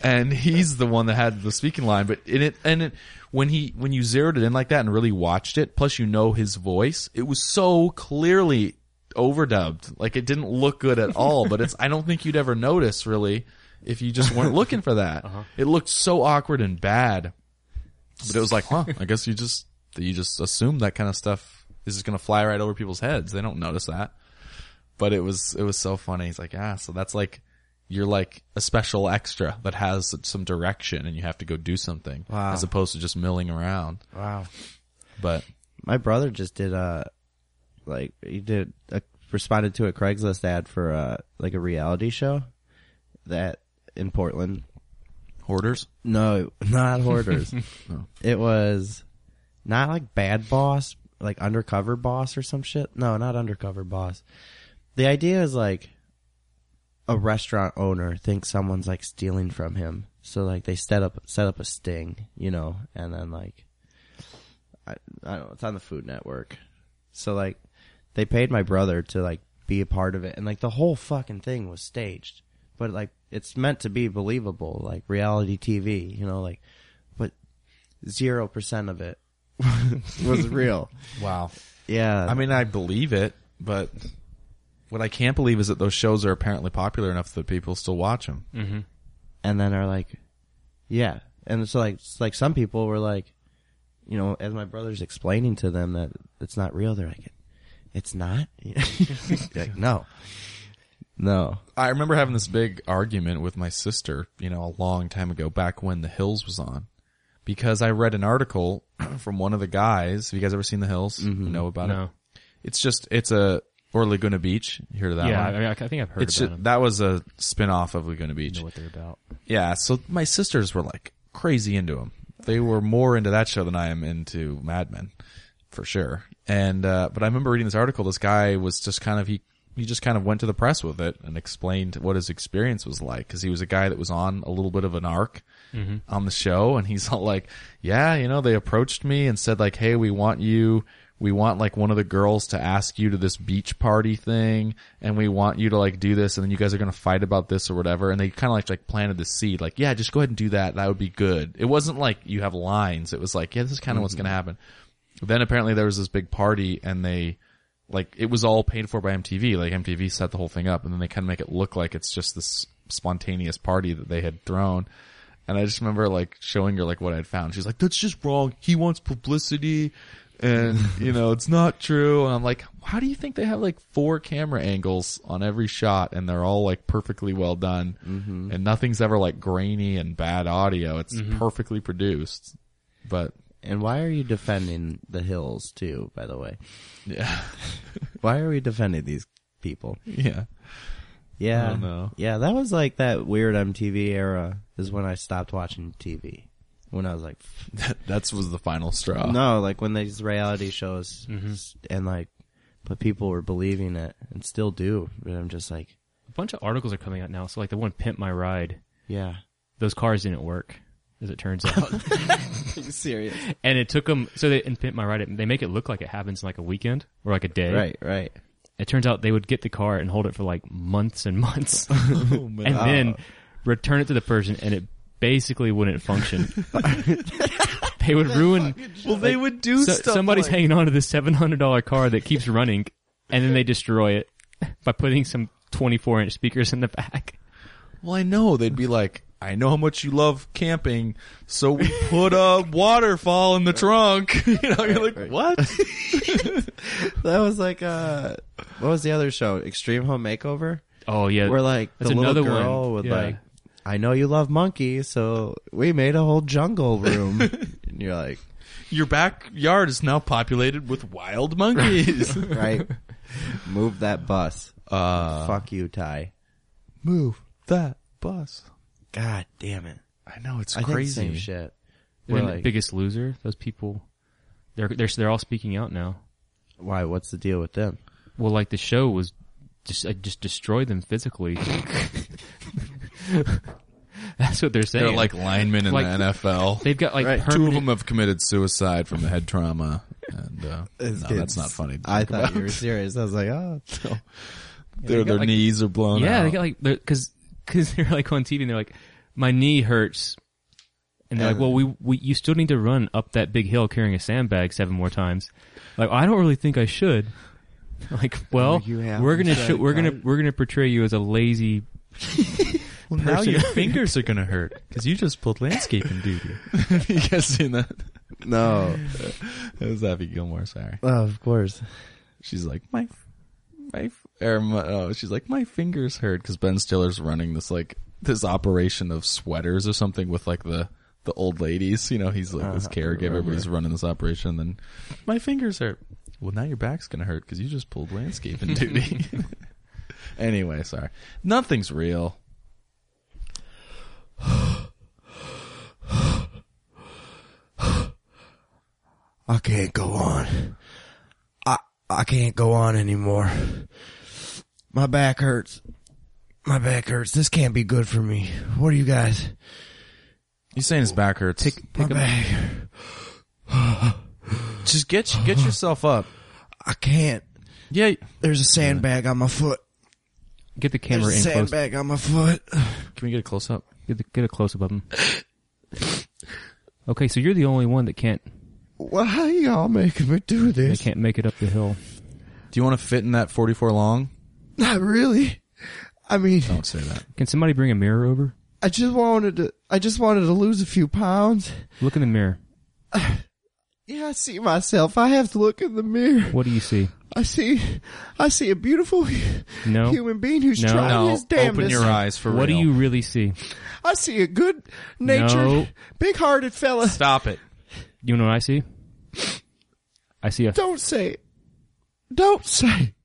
Speaker 1: and he's the one that had the speaking line. But in it, and it, when he when you zeroed it in like that and really watched it, plus you know his voice, it was so clearly overdubbed. Like it didn't look good at all. but it's I don't think you'd ever notice really if you just weren't looking for that. It looked so awkward and bad. But it was like, huh? I guess you just you just assume that kind of stuff is just going to fly right over people's heads. They don't notice that but it was it was so funny. He's like, ah, so that's like you're like a special extra that has some direction, and you have to go do something
Speaker 2: Wow.
Speaker 1: as opposed to just milling around.
Speaker 2: Wow.
Speaker 1: But
Speaker 2: My brother just did a, like he did a, responded to a Craigslist ad for a like a reality show that in Portland.
Speaker 1: hoarders,
Speaker 2: No, *laughs* not hoarders. It was not like bad boss, like undercover boss or some shit. No, not undercover boss. The idea is like a restaurant owner thinks someone's like stealing from him, so like they set up set up a sting, you know, and then like I I don't know, it's on the Food Network. So like they paid my brother to like be a part of it and like the whole fucking thing was staged. But like it's meant to be believable, like reality TV, you know, like but zero percent of it was real.
Speaker 1: wow.
Speaker 2: *laughs* Yeah.
Speaker 1: I mean, I believe it, but what I can't believe is that those shows are apparently popular enough that people still watch them.
Speaker 2: and then are like, yeah. And so like, it's like some people were like, you know, as my brother's explaining to them that it's not real, they're like, it's not. *laughs* like, no, no.
Speaker 1: I remember having this big argument with my sister, you know, a long time ago, back when The Hills was on, because I read an article *clears throat* from one of the guys. Have you guys ever seen The Hills? You know about it?
Speaker 3: No.
Speaker 1: It's just it's a or Laguna Beach. You heard of that
Speaker 3: yeah,
Speaker 1: one?
Speaker 3: I, mean, I think I've heard
Speaker 1: it's
Speaker 3: about
Speaker 1: ju-
Speaker 3: them.
Speaker 1: that was a spin-off of Laguna
Speaker 3: I
Speaker 1: Beach.
Speaker 3: know what they're about.
Speaker 1: Yeah, so my sisters were like crazy into them. They were more into that show than I am into Mad Men, for sure. And uh, but I remember reading this article. This guy was just kind of he he just kind of went to the press with it and explained what his experience was like because he was a guy that was on a little bit of an arc on the show and he's all like yeah you know they approached me and said like hey we want you we want like one of the girls to ask you to this beach party thing and we want you to like do this and then you guys are going to fight about this or whatever and they kind of like like planted the seed like yeah just go ahead and do that that would be good it wasn't like you have lines it was like yeah this is kind of what's going to happen then apparently there was this big party and they like it was all paid for by MTV. Like MTV set the whole thing up, and then they kind of make it look like it's just this spontaneous party that they had thrown. And I just remember like showing her like what I'd found. She's like, "That's just wrong. He wants publicity, *laughs* and you know it's not true." And I'm like, "How do you think they have like four camera angles on every shot, and they're all like perfectly well done, and nothing's ever like grainy and bad audio? It's perfectly produced." But
Speaker 2: And why are you defending the hills too? By the way,
Speaker 1: yeah,
Speaker 2: why are we defending these people?
Speaker 1: *laughs* yeah,
Speaker 2: Yeah,
Speaker 1: don't *laughs* know.
Speaker 2: yeah, that was like that weird MTV era. Is when I stopped watching TV. When I was like, f-
Speaker 1: that was the final straw. *laughs*
Speaker 2: no, like when these reality shows
Speaker 1: Mm-hmm.
Speaker 2: s- and like, but people were believing it and still do. But I'm just like,
Speaker 3: A bunch of articles are coming out now. So like the one "Pimp My Ride,"
Speaker 1: *laughs*
Speaker 2: yeah,
Speaker 3: those cars didn't work, as it turns out.
Speaker 2: serious,
Speaker 3: and it took them. So they in "Pimp My Ride," it- they make it look like it happens in like a weekend or like a day.
Speaker 2: right, right.
Speaker 3: It turns out they would get the car and hold it for like months and months,
Speaker 1: Oh, man.
Speaker 3: and
Speaker 2: uh,
Speaker 3: then return it to the person, and it basically wouldn't function. *laughs* they would ruin.
Speaker 1: Well, they would do
Speaker 3: so- somebody's hanging on to this seven hundred dollar car that keeps running, and then they destroy it *laughs* by putting some twenty four inch speakers in the back.
Speaker 1: Well, I know they'd be like, I know how much you love camping, so we put *laughs* a waterfall in the trunk. *laughs* you know, you're like, what? *laughs*
Speaker 2: That was like, uh, what was the other show? Extreme Home Makeover.
Speaker 3: Oh yeah,
Speaker 2: Where like
Speaker 3: That's
Speaker 2: the little
Speaker 3: another
Speaker 2: girl
Speaker 3: one.
Speaker 2: with
Speaker 3: Yeah.
Speaker 2: like, I know you love monkeys, so we made a whole jungle
Speaker 3: *laughs*
Speaker 2: room. and you're like,
Speaker 1: Your backyard is now populated with wild monkeys. *laughs*
Speaker 2: right, move that bus.
Speaker 1: uh,
Speaker 2: Fuck you, Ty.
Speaker 1: move that bus.
Speaker 2: God damn it.
Speaker 1: I know it's
Speaker 2: I
Speaker 1: crazy.
Speaker 2: think same shit.
Speaker 3: And
Speaker 2: We're
Speaker 3: then
Speaker 2: like,
Speaker 3: Biggest Loser. Those people, they're they're they're all speaking out now.
Speaker 2: why? What's the deal with them?
Speaker 3: Well, like the show was just I just destroyed them physically. *laughs* That's what they're saying.
Speaker 1: They're like linemen in
Speaker 3: Like-
Speaker 1: the NFL.
Speaker 3: they've got like
Speaker 2: Right, two
Speaker 1: Two of
Speaker 3: permanent-
Speaker 1: them have committed suicide from head trauma, and uh,
Speaker 2: It's-
Speaker 1: no,
Speaker 2: it's-
Speaker 1: that's not funny. to
Speaker 2: I
Speaker 1: think
Speaker 2: thought
Speaker 1: about.
Speaker 2: you were serious. I was like, oh,
Speaker 1: their, their
Speaker 3: like-
Speaker 1: knees are blown.
Speaker 3: Yeah,
Speaker 1: out.
Speaker 3: they got like because because *laughs* they're like on TV and they're like, my knee hurts, and they're like, well, we, we you still need to run up that big hill carrying a sandbag seven more times. Like I don't really think I should. *laughs* Like *laughs* well,
Speaker 2: you have
Speaker 3: we're gonna
Speaker 2: said
Speaker 3: sho- we're gonna
Speaker 2: that.
Speaker 3: we're gonna portray you as a lazy.
Speaker 1: Well, now *laughs* your fingers are gonna hurt because you just pulled landscaping duty. *laughs* you guys seen that?
Speaker 2: no.
Speaker 1: It was Abby Gilmore. Sorry,
Speaker 2: Oh, of course.
Speaker 1: she's like my, my, or my, oh, she's like my fingers hurt because Ben Stiller's running this like this operation of sweaters or something with like the the old ladies. You know, he's like this caregiver, but he's running this operation. And then my fingers hurt. Well, now your back's gonna hurt because you just pulled landscaping duty. *laughs* anyway, sorry. Nothing's real.
Speaker 2: I can't go on. I I can't go on anymore. My back hurts. My back hurts. This can't be good for me. What are you guys?
Speaker 1: You saying his back hurts?
Speaker 2: My back.
Speaker 1: just get get yourself up.
Speaker 2: I can't.
Speaker 1: Yeah,
Speaker 2: There's a sandbag on my foot.
Speaker 3: Get the camera
Speaker 2: There's a
Speaker 3: in close.
Speaker 2: sandbag on my foot.
Speaker 1: Can we get a close up?
Speaker 3: Get, the, get a close up of him. *laughs* Okay, so you're the only one that can't
Speaker 2: Why y'all making me do
Speaker 3: that
Speaker 2: this?
Speaker 3: can't make it up the hill.
Speaker 1: Do you want to fit in that 44 long?
Speaker 2: Not really. I mean,
Speaker 1: Don't say that.
Speaker 3: Can somebody bring a mirror over?
Speaker 2: I just wanted to. I just wanted to lose a few pounds.
Speaker 3: Look in the mirror.
Speaker 2: Yeah, I see myself. I have to look in the mirror.
Speaker 3: What do you see?
Speaker 2: I see, I see a beautiful
Speaker 3: No.
Speaker 2: human being who's
Speaker 3: No.
Speaker 2: trying
Speaker 1: No,
Speaker 2: his damnedest.
Speaker 1: open your eyes for
Speaker 3: what
Speaker 1: real.
Speaker 3: do you really see?
Speaker 2: I see a good natured,
Speaker 3: No.
Speaker 2: big-hearted fella.
Speaker 1: Stop it.
Speaker 3: You know what I see? I see a
Speaker 2: Don't say, it. don't say,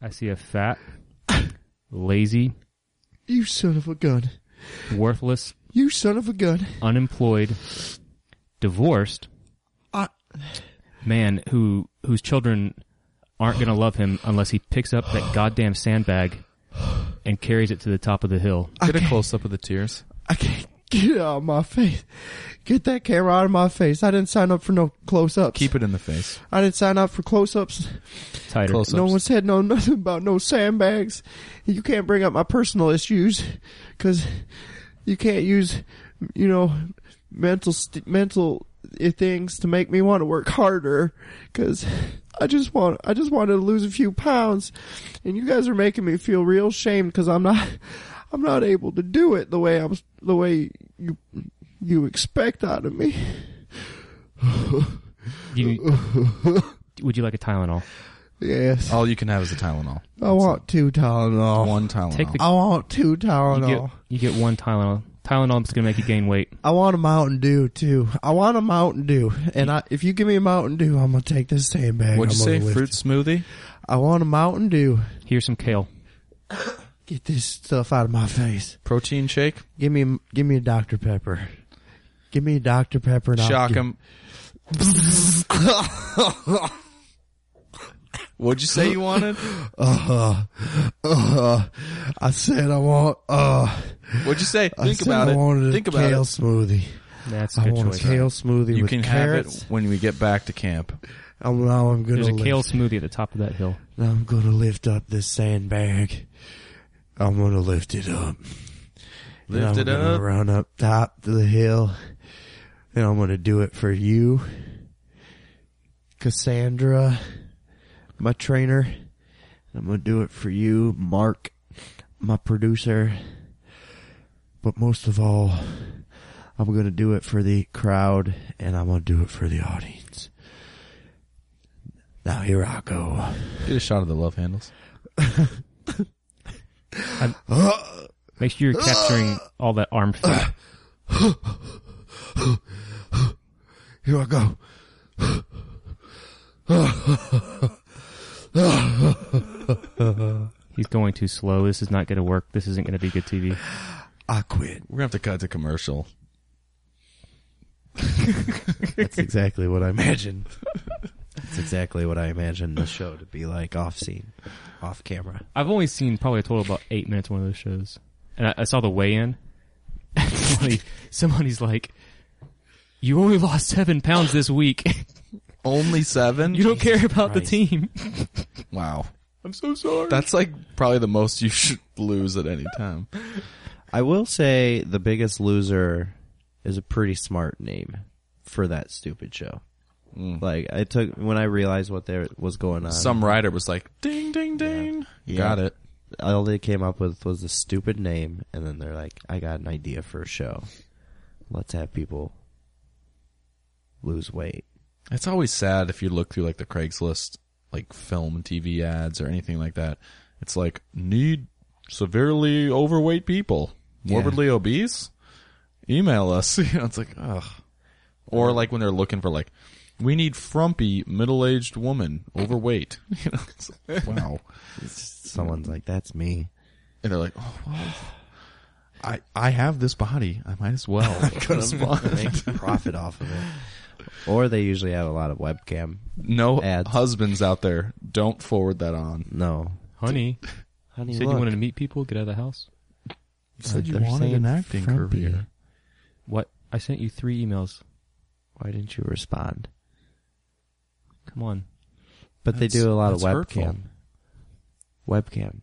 Speaker 3: I see a fat, lazy,
Speaker 2: you son of a gun,
Speaker 3: worthless,
Speaker 2: you son of a gun.
Speaker 3: unemployed, divorced
Speaker 2: I,
Speaker 3: man who whose children aren't going to love him unless he picks up that goddamn sandbag and carries it to the top of the hill.
Speaker 1: Get
Speaker 2: Okay.
Speaker 1: a close up of the tears.
Speaker 2: I can't get it out of my face. Get that camera out of my face. I didn't sign up for no close ups.
Speaker 1: Keep it in the face.
Speaker 2: I didn't sign up for close ups.
Speaker 3: Tighter.
Speaker 1: Close
Speaker 2: No
Speaker 1: ups.
Speaker 2: one said no *laughs* nothing about no sandbags. You can't bring up my personal issues because you can't use, you know, mental st- mental i- things to make me want to work harder because I just want I just wanted to lose a few pounds, and you guys are making me feel real shame because I'm not *laughs* I'm not able to do it the way I'm s- the way you you expect out of me. *laughs*
Speaker 3: You, would you like a Tylenol?
Speaker 2: Yes,
Speaker 1: All you can have is a Tylenol.
Speaker 2: I want two Tylenol.
Speaker 1: One Tylenol.
Speaker 3: Take the-
Speaker 2: I want two
Speaker 3: You
Speaker 2: Tylenol.
Speaker 3: get, you get one Tylenol. Tylenol's going to make you gain weight.
Speaker 2: I want a Mountain Dew too. I want a Mountain Dew, and I, if you give me a Mountain Dew, I'm gonna take this sandbag.
Speaker 1: What'd you
Speaker 2: I'm
Speaker 1: say?
Speaker 2: gonna lift
Speaker 1: Fruit
Speaker 2: it.
Speaker 1: smoothie?
Speaker 2: I want a Mountain Dew.
Speaker 3: Here's some kale.
Speaker 2: Get this stuff out of my face.
Speaker 1: Protein shake?
Speaker 2: Give me, give me a Dr Pepper. Give me a Dr Pepper. And I'll
Speaker 1: Shock
Speaker 2: give-
Speaker 1: him. *laughs* What'd you say you wanted?
Speaker 2: Uh, uh, I said I want. Uh,
Speaker 1: What'd you say?
Speaker 2: I
Speaker 1: Think
Speaker 2: said
Speaker 1: about
Speaker 2: I wanted
Speaker 1: it.
Speaker 2: a
Speaker 1: Think about
Speaker 2: kale
Speaker 1: it.
Speaker 2: smoothie.
Speaker 3: That's a
Speaker 2: I
Speaker 3: good
Speaker 2: want
Speaker 3: choice.
Speaker 2: a kale smoothie
Speaker 1: You
Speaker 2: with
Speaker 1: can
Speaker 2: carrots.
Speaker 1: have it when we get back to camp.
Speaker 2: And now I'm gonna
Speaker 3: There's a
Speaker 2: lift.
Speaker 3: kale smoothie at the top of that hill.
Speaker 2: Now I'm gonna lift up this sandbag. I'm gonna lift it up. And
Speaker 1: Lift
Speaker 2: I'm
Speaker 1: it
Speaker 2: gonna
Speaker 1: up.
Speaker 2: Run up top to the hill. And I'm gonna do it for you. Cassandra, my trainer. And I'm gonna do it for you, Mark, my producer. But most of all, I'm gonna do it for the crowd and I'm gonna do it for the audience. Now here I go.
Speaker 1: Get a shot of the love handles.
Speaker 2: Ah,
Speaker 3: Make sure you're
Speaker 2: *gasps*
Speaker 3: capturing all that arm fat.
Speaker 2: Here I go. Ah,
Speaker 3: He's going too slow. This is not going to work. This isn't going to be good TV.
Speaker 2: I quit.
Speaker 1: We're gonna have to cut to commercial.
Speaker 2: That's exactly what I imagined. That's exactly what I imagined the show to be like off scene, off camera.
Speaker 3: I've only seen probably a total of about eight minutes of one of those shows, and I, I saw the weigh-in. *laughs* And somebody, somebody's like, "You only lost seven pounds this week. *laughs*
Speaker 1: Only seven?
Speaker 3: you don't care about
Speaker 2: Christ.
Speaker 3: the team."
Speaker 1: Wow.
Speaker 3: I'm so sorry.
Speaker 1: That's like probably the most you should lose at any time.
Speaker 2: I will say The Biggest Loser is a pretty smart name for that stupid show.
Speaker 1: Mm.
Speaker 2: Like I took when I realized what there was going on.
Speaker 1: Some writer was like, ding, ding, ding.
Speaker 2: Yeah.
Speaker 1: Got it.
Speaker 2: all they came up with was a stupid name, and then they're like, "I got an idea for a show. Let's have people lose weight."
Speaker 1: It's always sad if you look through like the Craigslist, like film, TV ads, or anything like that. It's like need severely overweight people, morbidly obese. Email us. *laughs* You know, it's like ugh. Or like when they're looking for like, we need frumpy middle-aged woman, overweight. *laughs* You know, it's like, wow.
Speaker 2: Someone's like, "That's me."
Speaker 1: And they're like, oh, well, I I have this body. I might as well.
Speaker 2: make profit off of it. Or they usually have a lot of webcam.
Speaker 1: *laughs* no
Speaker 2: Ads.
Speaker 1: husbands out there, don't forward that on.
Speaker 2: No.
Speaker 3: Honey,
Speaker 2: Honey,
Speaker 3: you said you wanted to meet people. Get out of the house.
Speaker 1: You said you
Speaker 2: They're
Speaker 1: wanted
Speaker 2: saying
Speaker 1: an acting
Speaker 2: frumpy.
Speaker 1: career.
Speaker 3: What? I sent you three emails.
Speaker 2: Why didn't you respond?
Speaker 3: Come on.
Speaker 2: But they
Speaker 1: That's-
Speaker 2: do a lot of
Speaker 1: that's
Speaker 2: webcam.
Speaker 1: hurtful.
Speaker 2: Webcam.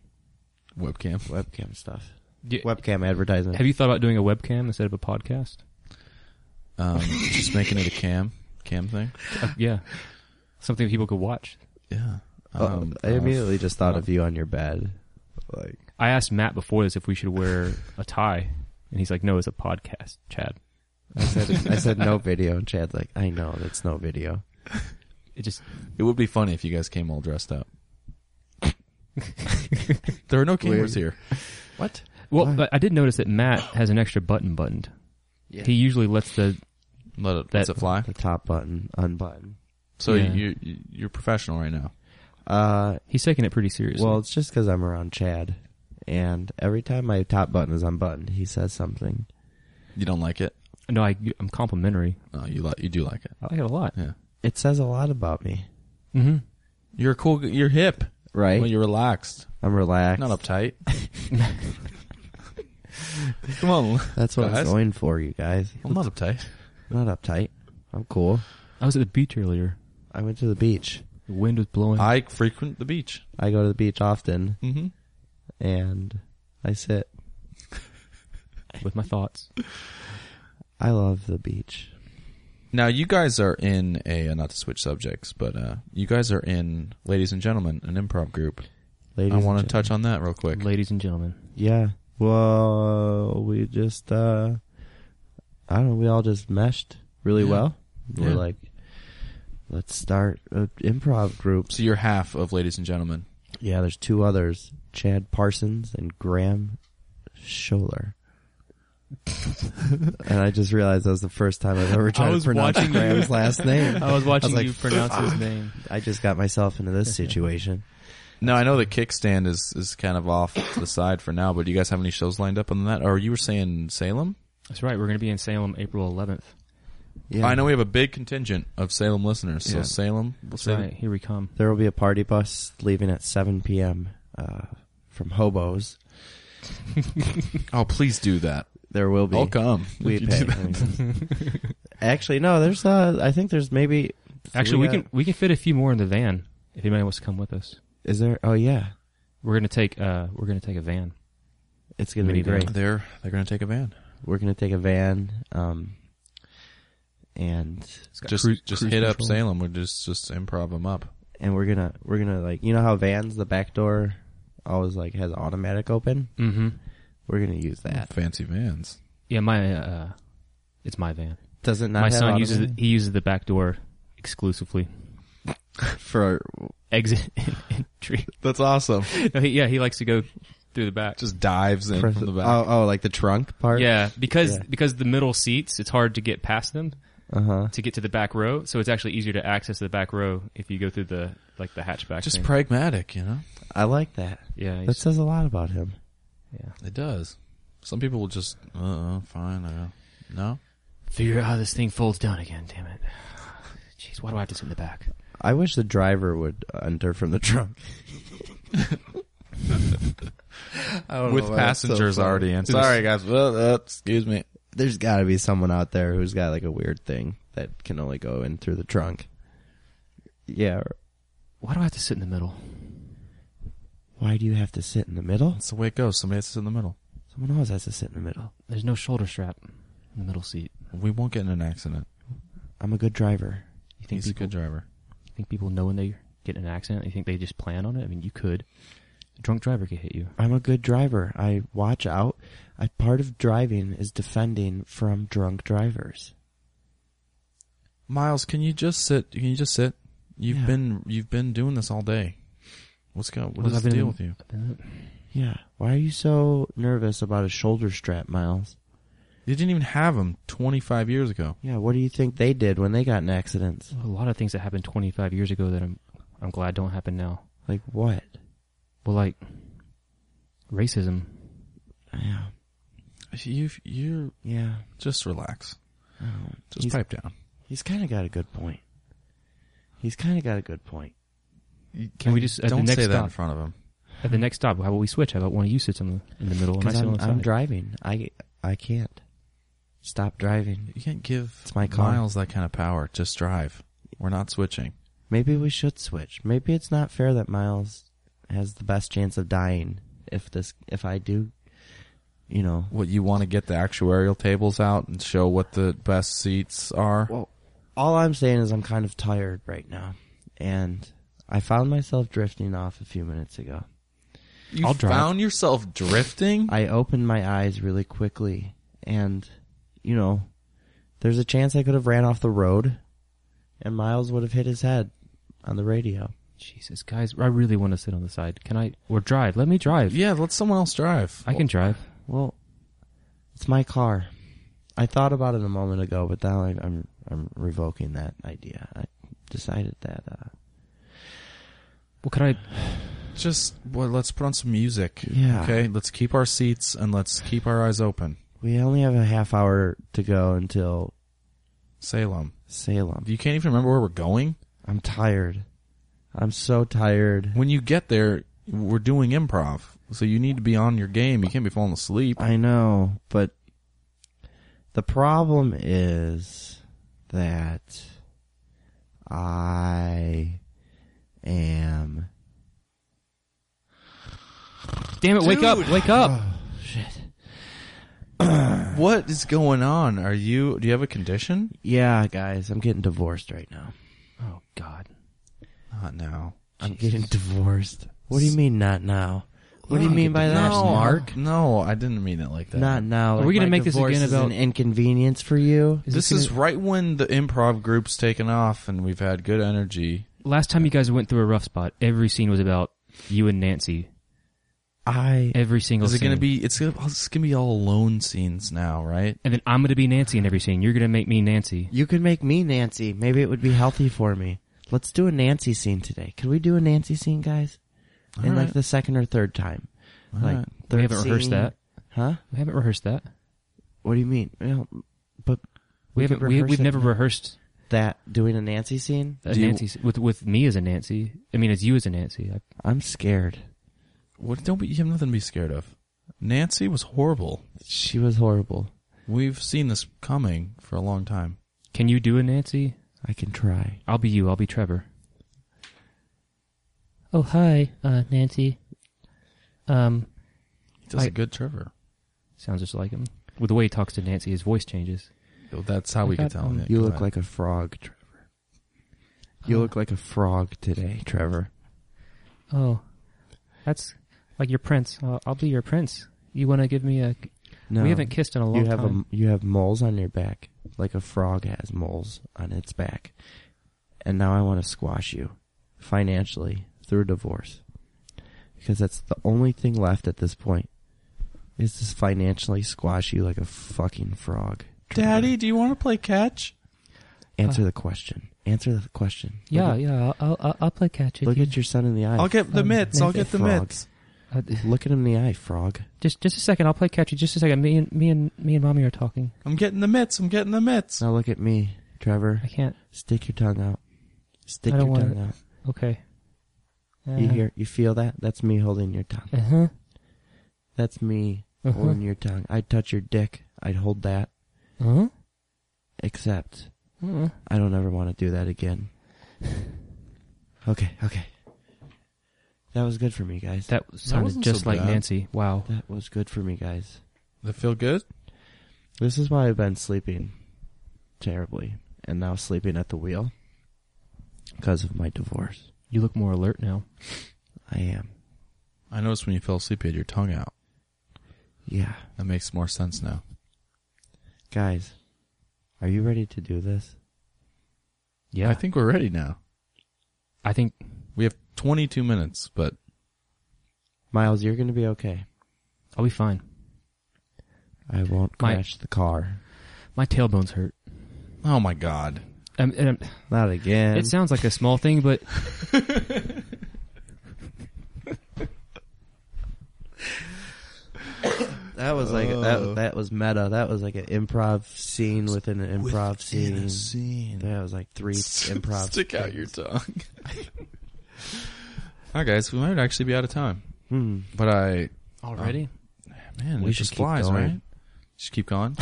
Speaker 1: Webcam.
Speaker 2: Webcam stuff.
Speaker 3: Do-
Speaker 2: Webcam advertisement.
Speaker 3: have you thought about doing a webcam instead of a podcast?
Speaker 1: Um, just making it a cam, cam thing.
Speaker 3: Uh, yeah, something people could watch.
Speaker 1: Yeah.
Speaker 2: Oh,
Speaker 1: Um,
Speaker 2: I immediately just thought of you on your bed. Like,
Speaker 3: I asked Matt before this if we should wear a tie, and he's like, "No, it's a podcast, Chad.
Speaker 2: I said, I said no video, and Chad's like, I know, that's no video.
Speaker 3: It just
Speaker 1: it would be funny if you guys came all dressed *laughs* up. there are no cameras here.
Speaker 2: What?
Speaker 3: Well,
Speaker 2: Why?
Speaker 3: but I did notice that Matt has an extra button buttoned.
Speaker 2: Yeah.
Speaker 3: He usually lets the
Speaker 1: Let it,
Speaker 3: That-
Speaker 1: lets it fly.
Speaker 2: The top button, unbutton.
Speaker 1: So
Speaker 3: Yeah.
Speaker 1: you you- you're professional right now.
Speaker 2: Uh,
Speaker 3: he's taking it pretty seriously.
Speaker 2: Well, it's just because I'm around Chad, and every time my top button is unbuttoned, he says something.
Speaker 1: You don't like it? Oh,
Speaker 3: no, I, I'm complimentary.
Speaker 1: No, you like you do like it.
Speaker 3: I like it a lot.
Speaker 1: Yeah.
Speaker 2: It says a lot about me.
Speaker 3: Mm-hmm.
Speaker 1: You're a cool. g- You're hip.
Speaker 2: right?
Speaker 1: Well, you're relaxed,
Speaker 2: I'm relaxed.
Speaker 1: not *laughs* uptight. Come on,
Speaker 2: That's what I
Speaker 1: guys.
Speaker 2: was going for, you guys.
Speaker 1: I'm not uptight.
Speaker 2: I'm not uptight. I'm cool.
Speaker 3: I was at the beach earlier.
Speaker 2: I went to the beach.
Speaker 3: The wind was blowing.
Speaker 1: I frequent the beach.
Speaker 2: I go to the beach often,
Speaker 1: Mm-hmm.
Speaker 2: and I sit.
Speaker 3: with my thoughts.
Speaker 2: I love the beach.
Speaker 1: Now you guys are in a uh, not to switch subjects, but uh, you guys are in, ladies and gentlemen, an improv group.
Speaker 2: Ladies
Speaker 1: I
Speaker 2: and
Speaker 1: want to
Speaker 2: gen-
Speaker 1: touch on that real quick.
Speaker 3: Ladies and gentlemen,
Speaker 2: Yeah. Well, we just, uh, I don't know, we all just meshed really
Speaker 1: Yeah.
Speaker 2: well. We're
Speaker 1: Yeah.
Speaker 2: like, let's start an improv group.
Speaker 1: So you're half of ladies and gentlemen.
Speaker 2: Yeah, there's two others Chad Parsons and Graham Scholler.
Speaker 1: *laughs*
Speaker 2: and I just realized that was the first time I've ever tried to
Speaker 3: was
Speaker 2: pronounce
Speaker 3: watching you.
Speaker 1: *laughs*
Speaker 2: Graham's last name.
Speaker 3: I was watching
Speaker 2: like,
Speaker 3: you pronounce his name.
Speaker 2: I just got myself
Speaker 1: *laughs*
Speaker 2: into this situation.
Speaker 1: No, I know the kickstand is is kind of off to the side for now. But do you guys have any shows lined up on that? Or you were saying Salem?
Speaker 3: That's right. We're going to be in Salem April 11th.
Speaker 2: Yeah.
Speaker 1: I know we have a big contingent of Salem listeners. So
Speaker 2: Yeah.
Speaker 1: Salem,
Speaker 3: That's
Speaker 1: Salem-
Speaker 3: right. Here we come.
Speaker 2: There will be a party bus leaving at 7 p.m. Uh, from Hobos.
Speaker 1: Oh, please do that.
Speaker 2: There will be.
Speaker 1: I'll come.
Speaker 2: We
Speaker 1: If you
Speaker 2: pay.
Speaker 1: do that.
Speaker 2: *laughs* Actually, no. There's. Uh, I think there's maybe.
Speaker 3: Actually, we
Speaker 2: got-
Speaker 3: can we can fit a few more in the van if anybody wants to come with us.
Speaker 2: Is there? Oh yeah.
Speaker 3: We're going to take uh we're going to take a van.
Speaker 2: It's gonna
Speaker 3: We
Speaker 2: be
Speaker 3: need to-
Speaker 2: great.
Speaker 1: They're they're gonna take a van.
Speaker 2: We're gonna take a van. Um. And
Speaker 1: Just just hit up Salem. We're just just improv them up.
Speaker 2: and we're gonna we're gonna like you know how vans the back door always like has automatic open.
Speaker 3: Mm-hmm.
Speaker 2: We're gonna use that.
Speaker 1: Fancy vans.
Speaker 3: Yeah, my uh it's my van.
Speaker 2: Does it not?
Speaker 3: my
Speaker 2: have
Speaker 3: son uses
Speaker 2: automatic?
Speaker 3: the, he uses the back door exclusively.
Speaker 2: for.
Speaker 3: Exit and entry.
Speaker 1: That's awesome.
Speaker 3: No, he, yeah, he likes to go through the back.
Speaker 1: Just dives in
Speaker 2: for
Speaker 1: from the back.
Speaker 2: Oh, oh, like the trunk part.
Speaker 3: yeah, because
Speaker 2: Yeah.
Speaker 3: because the middle seats, it's hard to get past them.
Speaker 2: Uh huh.
Speaker 3: to get to the back row. So it's actually easier to access the back row if you go through the like the hatchback.
Speaker 1: just
Speaker 3: thing.
Speaker 1: pragmatic, you know.
Speaker 2: I like that.
Speaker 3: yeah,
Speaker 2: That
Speaker 3: he's-
Speaker 2: says a lot about him.
Speaker 3: yeah.
Speaker 1: It does. Some people will just, uh, uh fine, uh, no.
Speaker 3: Figure out how this thing folds down again. Damn it! Jeez, why do I have to sit in the back?
Speaker 2: I wish the driver would enter from the trunk. I don't
Speaker 1: With
Speaker 2: know why that's so
Speaker 1: passengers
Speaker 2: funny.
Speaker 1: already in. Sorry, guys. Uh, uh, excuse me.
Speaker 2: There's got to be someone out there who's got like a weird thing that can only go in through the trunk. Yeah.
Speaker 3: Why do I have to sit in the middle?
Speaker 2: Why do you have to sit in the middle?
Speaker 1: That's the way it goes. Somebody has to sit in the middle.
Speaker 2: Someone else has to sit in the middle.
Speaker 3: There's no shoulder strap in the middle seat.
Speaker 1: We won't get in an accident.
Speaker 2: I'm a good driver.
Speaker 3: You think
Speaker 1: He's a
Speaker 3: people
Speaker 1: good driver.
Speaker 3: you think people know when they get in an accident? You think they just plan on it? I mean, you could. A drunk driver could hit you.
Speaker 2: I'm a good driver. I watch out. I, part of driving is defending from drunk drivers.
Speaker 1: Miles, can you just sit? Can you just sit? You've
Speaker 2: Yeah.
Speaker 1: been you've been doing this all day. What's going? What
Speaker 3: Well,
Speaker 1: is
Speaker 3: I've
Speaker 1: the
Speaker 3: been-
Speaker 1: deal with you?
Speaker 3: I've been-
Speaker 2: Yeah. Why are you so nervous about a shoulder strap, Miles?
Speaker 1: You didn't even have them 25 years ago.
Speaker 2: Yeah, what do you think they did when they got in accidents?
Speaker 3: A lot of things that happened 25 years ago that I'm I'm glad don't happen now.
Speaker 2: Like what?
Speaker 3: Well, like racism.
Speaker 2: Yeah.
Speaker 1: You you
Speaker 2: Yeah.
Speaker 1: just relax.
Speaker 2: Oh,
Speaker 1: Just
Speaker 2: he's
Speaker 1: pipe down.
Speaker 2: he's kind of got a good point. He's kind of got a good point.
Speaker 3: Can we just at
Speaker 1: don't
Speaker 3: the next
Speaker 1: say that
Speaker 3: stop?
Speaker 1: in front of him?
Speaker 3: At the next stop, how about we switch? How about one of you sits in the, in the middle
Speaker 2: Hmm.
Speaker 3: and I
Speaker 2: Because
Speaker 3: sit on
Speaker 2: I'm,
Speaker 3: the
Speaker 2: I'm
Speaker 3: side?
Speaker 2: driving. I I can't stop driving.
Speaker 1: You can't give
Speaker 2: It's my car.
Speaker 1: Miles that kind of power. Just drive. We're not switching.
Speaker 2: Maybe we should switch. Maybe it's not fair that Miles has the best chance of dying if this if I do, you know.
Speaker 1: What you want to get the actuarial tables out and show what the best seats are?
Speaker 2: Well, all I'm saying is I'm kind of tired right now, and I found myself drifting off a few minutes ago.
Speaker 1: you
Speaker 3: I'll drive.
Speaker 1: found yourself drifting.
Speaker 2: I opened my eyes really quickly and, you know, there's a chance I could have ran off the road and Miles would have hit his head on the radio.
Speaker 3: Jesus, guys, I really want to sit on the side. Can I or drive? Let me drive.
Speaker 1: yeah, let someone else drive.
Speaker 3: I can drive.
Speaker 2: Well, it's my car. I thought about it a moment ago, but now I, I'm, I'm revoking that idea. I decided that, uh,
Speaker 3: Well, could I?
Speaker 1: Just well, let's put on some music.
Speaker 2: Yeah.
Speaker 1: Okay. Let's keep our seats and let's keep our eyes open.
Speaker 2: we only have a half hour to go until
Speaker 1: Salem.
Speaker 2: Salem.
Speaker 1: You can't even remember where we're going.
Speaker 2: I'm tired. I'm so tired.
Speaker 1: When you get there, we're doing improv, so you need to be on your game. You can't be falling asleep.
Speaker 2: I know, but the problem is that I am.
Speaker 3: Damn it! Wake up!
Speaker 2: *sighs*
Speaker 3: Wake up!
Speaker 1: What is going on? Are you? Do you have a condition?
Speaker 2: Yeah, guys, I'm getting divorced right now.
Speaker 3: Oh God!
Speaker 1: Not now.
Speaker 2: I'm getting divorced. What do you mean not now? What do you
Speaker 1: Not
Speaker 2: mean by that,
Speaker 1: no,
Speaker 2: Mark?
Speaker 1: No, I didn't mean it like that.
Speaker 2: Not now.
Speaker 3: Are
Speaker 2: Like,
Speaker 3: we gonna
Speaker 2: my
Speaker 3: make this
Speaker 2: divorce
Speaker 3: again
Speaker 2: is
Speaker 3: about-
Speaker 2: an inconvenience for you?
Speaker 1: this is right when the improv group's taken off and we've had good energy.
Speaker 3: Last time you guys went through a rough spot, every scene was about you and Nancy.
Speaker 2: I
Speaker 3: Every single.
Speaker 1: Is it
Speaker 3: scene.
Speaker 1: going to be? It's going to be all alone scenes now, right?
Speaker 3: And then I'm gonna be Nancy in every scene. You're gonna make me Nancy.
Speaker 2: You could make me Nancy. Maybe it would be healthy for me. Let's do a Nancy scene today. Could we do a Nancy scene, guys?
Speaker 1: All
Speaker 2: In
Speaker 1: right.
Speaker 2: like the second or third time. like
Speaker 1: right.
Speaker 2: third
Speaker 3: we haven't rehearsed
Speaker 2: scene.
Speaker 3: that.
Speaker 2: Huh?
Speaker 3: We haven't rehearsed that.
Speaker 2: What do you mean? Well, but
Speaker 3: We,
Speaker 2: could
Speaker 3: haven't. We,
Speaker 2: rehearse
Speaker 3: we've
Speaker 2: it.
Speaker 3: never rehearsed
Speaker 2: that doing a Nancy scene.
Speaker 3: a
Speaker 1: Do you-
Speaker 3: Nancy s- with with me as a Nancy. I mean, as you as a Nancy. I,
Speaker 2: I'm scared.
Speaker 1: What? Don't be. You have nothing to be scared of. Nancy was horrible.
Speaker 2: She was horrible.
Speaker 1: We've seen this coming for a long time.
Speaker 3: can you do a Nancy?
Speaker 2: I can try.
Speaker 3: I'll be you. I'll be Trevor. Oh hi, uh, Nancy. Um,
Speaker 1: He does a
Speaker 3: I-
Speaker 1: good Trevor.
Speaker 3: sounds just like him. With the way he talks to Nancy, his voice changes.
Speaker 1: So that's how we
Speaker 3: I
Speaker 1: could
Speaker 3: got-
Speaker 1: tell him.
Speaker 2: You look like a frog, Trevor. You look like a frog today, Trevor.
Speaker 3: Oh, that's like your prince. Uh, I'll be your prince. You want to give me a?
Speaker 2: No,
Speaker 3: We haven't kissed in a long
Speaker 2: you have
Speaker 3: time.
Speaker 2: A, you have moles on your back, like a frog has moles on its back. And now I want to squash you financially through divorce. Because that's the only thing left at this point. Is to financially squash you like a fucking frog. Trevor.
Speaker 1: Daddy, do you want to play catch?
Speaker 2: Answer the question. Answer the question.
Speaker 4: Yeah,
Speaker 2: Look
Speaker 4: yeah, I'll, I'll, I'll play catch
Speaker 2: at,
Speaker 4: with
Speaker 2: look
Speaker 4: you.
Speaker 2: at your son in the eye.
Speaker 1: I'll get the
Speaker 4: Um,
Speaker 1: mitts. I'll get the
Speaker 2: frog.
Speaker 1: mitts.
Speaker 4: Uh,
Speaker 2: look at him in the eye, frog.
Speaker 4: just just a second, I'll play catch you. Just a second. Me and me and me and mommy are talking.
Speaker 1: I'm getting the mitts. I'm getting the mitts.
Speaker 2: Now look at me, Trevor.
Speaker 4: I can't.
Speaker 2: Stick your tongue out. Stick
Speaker 4: I
Speaker 2: your
Speaker 4: don't want
Speaker 2: tongue out.
Speaker 4: Okay. Uh,
Speaker 2: You hear? You feel that? That's me holding your tongue.
Speaker 4: Uh huh.
Speaker 2: That's me
Speaker 4: Uh huh.
Speaker 2: holding your tongue. I'd touch your dick. I'd hold that.
Speaker 4: Uh
Speaker 2: Except
Speaker 4: huh.
Speaker 2: I don't ever want to do that *laughs* again. okay, okay. That was good for me, guys. That,
Speaker 3: That sounded
Speaker 1: wasn't
Speaker 3: just
Speaker 1: so
Speaker 3: like
Speaker 1: bad.
Speaker 3: Nancy. Wow.
Speaker 2: was good for me, guys.
Speaker 1: Does it feel good?
Speaker 2: This is why I've been sleeping terribly and now sleeping at the wheel because of my divorce.
Speaker 3: You look more alert now.
Speaker 2: I am.
Speaker 1: I noticed when you fell asleep, you had your tongue out.
Speaker 2: Yeah.
Speaker 1: That makes more sense now.
Speaker 2: Guys, are you ready to do this?
Speaker 3: Yeah.
Speaker 1: I think we're ready now.
Speaker 3: I think
Speaker 1: We have 22 minutes, but
Speaker 2: Miles, you're going to be okay.
Speaker 3: I'll be fine.
Speaker 2: I won't
Speaker 3: My-
Speaker 2: crash the car.
Speaker 3: My tailbones hurt.
Speaker 1: oh my god,
Speaker 3: Um, and, um,
Speaker 2: Not again.
Speaker 3: it sounds like a small thing, but
Speaker 2: That was like
Speaker 1: Oh.
Speaker 2: that. That was meta. That was like an improv scene within an improv scene. That was like three improv.
Speaker 1: *laughs* Stick out your tongue. *laughs* All right, guys, we might actually be out of time,
Speaker 2: Hmm.
Speaker 1: but I
Speaker 3: already.
Speaker 1: man,
Speaker 2: We
Speaker 1: it
Speaker 2: should
Speaker 1: just
Speaker 2: keep
Speaker 1: flies,
Speaker 2: going.
Speaker 1: right? Just keep going.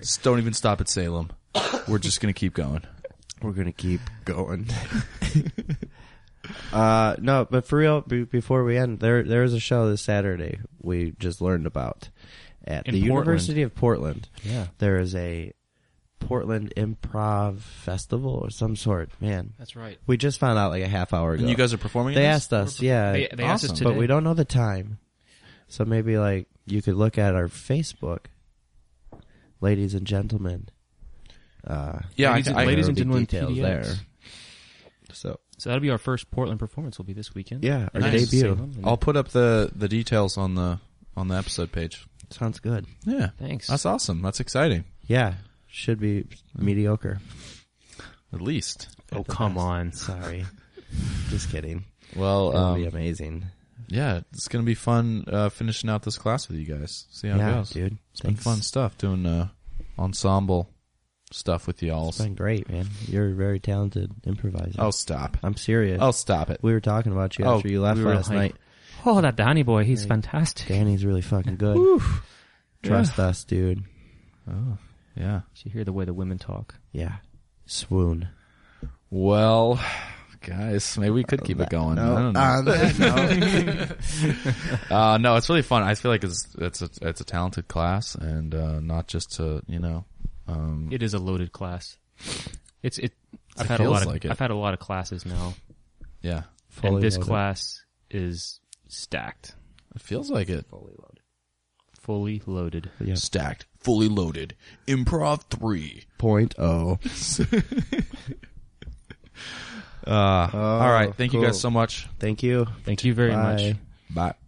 Speaker 1: Just don't even stop at Salem. We're just gonna keep going.
Speaker 2: We're gonna keep
Speaker 1: *laughs*
Speaker 2: going. uh, no, but for real, be, before we end, there there is a show this Saturday we just learned about at
Speaker 3: In
Speaker 2: the
Speaker 3: Portland.
Speaker 2: University of Portland.
Speaker 3: yeah,
Speaker 2: There is a Portland Improv Festival or some sort. Man,
Speaker 3: that's right.
Speaker 2: we just found out like a half hour ago.
Speaker 1: And you guys are performing.
Speaker 2: they
Speaker 1: in this?
Speaker 2: asked us, yeah.
Speaker 3: They, they asked us
Speaker 1: Awesome.
Speaker 3: today.
Speaker 2: But we don't know the time. So maybe like you could look at our Facebook, ladies and gentlemen. Uh,
Speaker 1: Yeah,
Speaker 3: Ladies
Speaker 1: I,
Speaker 3: and-
Speaker 1: I,
Speaker 3: ladies
Speaker 2: there
Speaker 3: and
Speaker 2: will be
Speaker 3: gentlemen,
Speaker 2: details
Speaker 3: PDX.
Speaker 2: there. So
Speaker 3: So that'll be our first Portland performance. Will be this weekend.
Speaker 2: yeah, our
Speaker 1: Nice.
Speaker 2: debut
Speaker 1: I'll put up the the details on the on the episode page.
Speaker 2: sounds good.
Speaker 1: Yeah,
Speaker 3: Thanks.
Speaker 1: that's awesome. That's exciting.
Speaker 2: Yeah, should be mediocre.
Speaker 1: At least.
Speaker 3: oh come on. *laughs*
Speaker 2: Sorry, just kidding.
Speaker 1: Well,
Speaker 2: It'll be
Speaker 1: um,
Speaker 2: amazing.
Speaker 1: yeah, it's gonna be fun uh, finishing out this class with you guys. See how it
Speaker 2: Yeah,
Speaker 1: goes.
Speaker 2: dude,
Speaker 1: It's been
Speaker 2: Thanks.
Speaker 1: fun stuff doing uh, ensemble stuff with y'all.
Speaker 2: It's been great, man. You're a very talented improviser.
Speaker 1: Oh, stop.
Speaker 2: I'm serious.
Speaker 1: Oh, stop it.
Speaker 2: we were talking about you
Speaker 1: Oh,
Speaker 2: after you left
Speaker 1: we were
Speaker 2: last
Speaker 1: like-
Speaker 2: night.
Speaker 4: Oh, that Danny boy, he's fantastic.
Speaker 2: Danny's really fucking good. Trust us, dude.
Speaker 1: Oh, Yeah.
Speaker 3: Did you hear the way the women talk?
Speaker 2: Yeah. Swoon.
Speaker 1: Well, guys, maybe we could keep it going. I don't know.
Speaker 2: On
Speaker 3: *laughs*
Speaker 2: that note,
Speaker 1: *laughs* Uh, no, it's really fun. I feel like it's it's a it's a talented class, and uh, not just to you know. Um,
Speaker 3: It is a loaded class. It's it. I've
Speaker 1: It
Speaker 3: had a lot
Speaker 1: feels
Speaker 3: of
Speaker 1: like it.
Speaker 3: I've had a lot of classes now,
Speaker 1: yeah,
Speaker 2: Fully
Speaker 3: and this
Speaker 2: loaded.
Speaker 3: class is stacked,
Speaker 1: it feels like it.
Speaker 3: fully loaded.
Speaker 2: Yeah.
Speaker 1: Stacked, fully loaded, improv three.
Speaker 2: Point oh.
Speaker 1: Uh, all right, thank you
Speaker 2: cool.
Speaker 1: guys so much.
Speaker 2: Thank you.
Speaker 3: Thank you very
Speaker 2: Bye.
Speaker 3: much.
Speaker 1: Bye.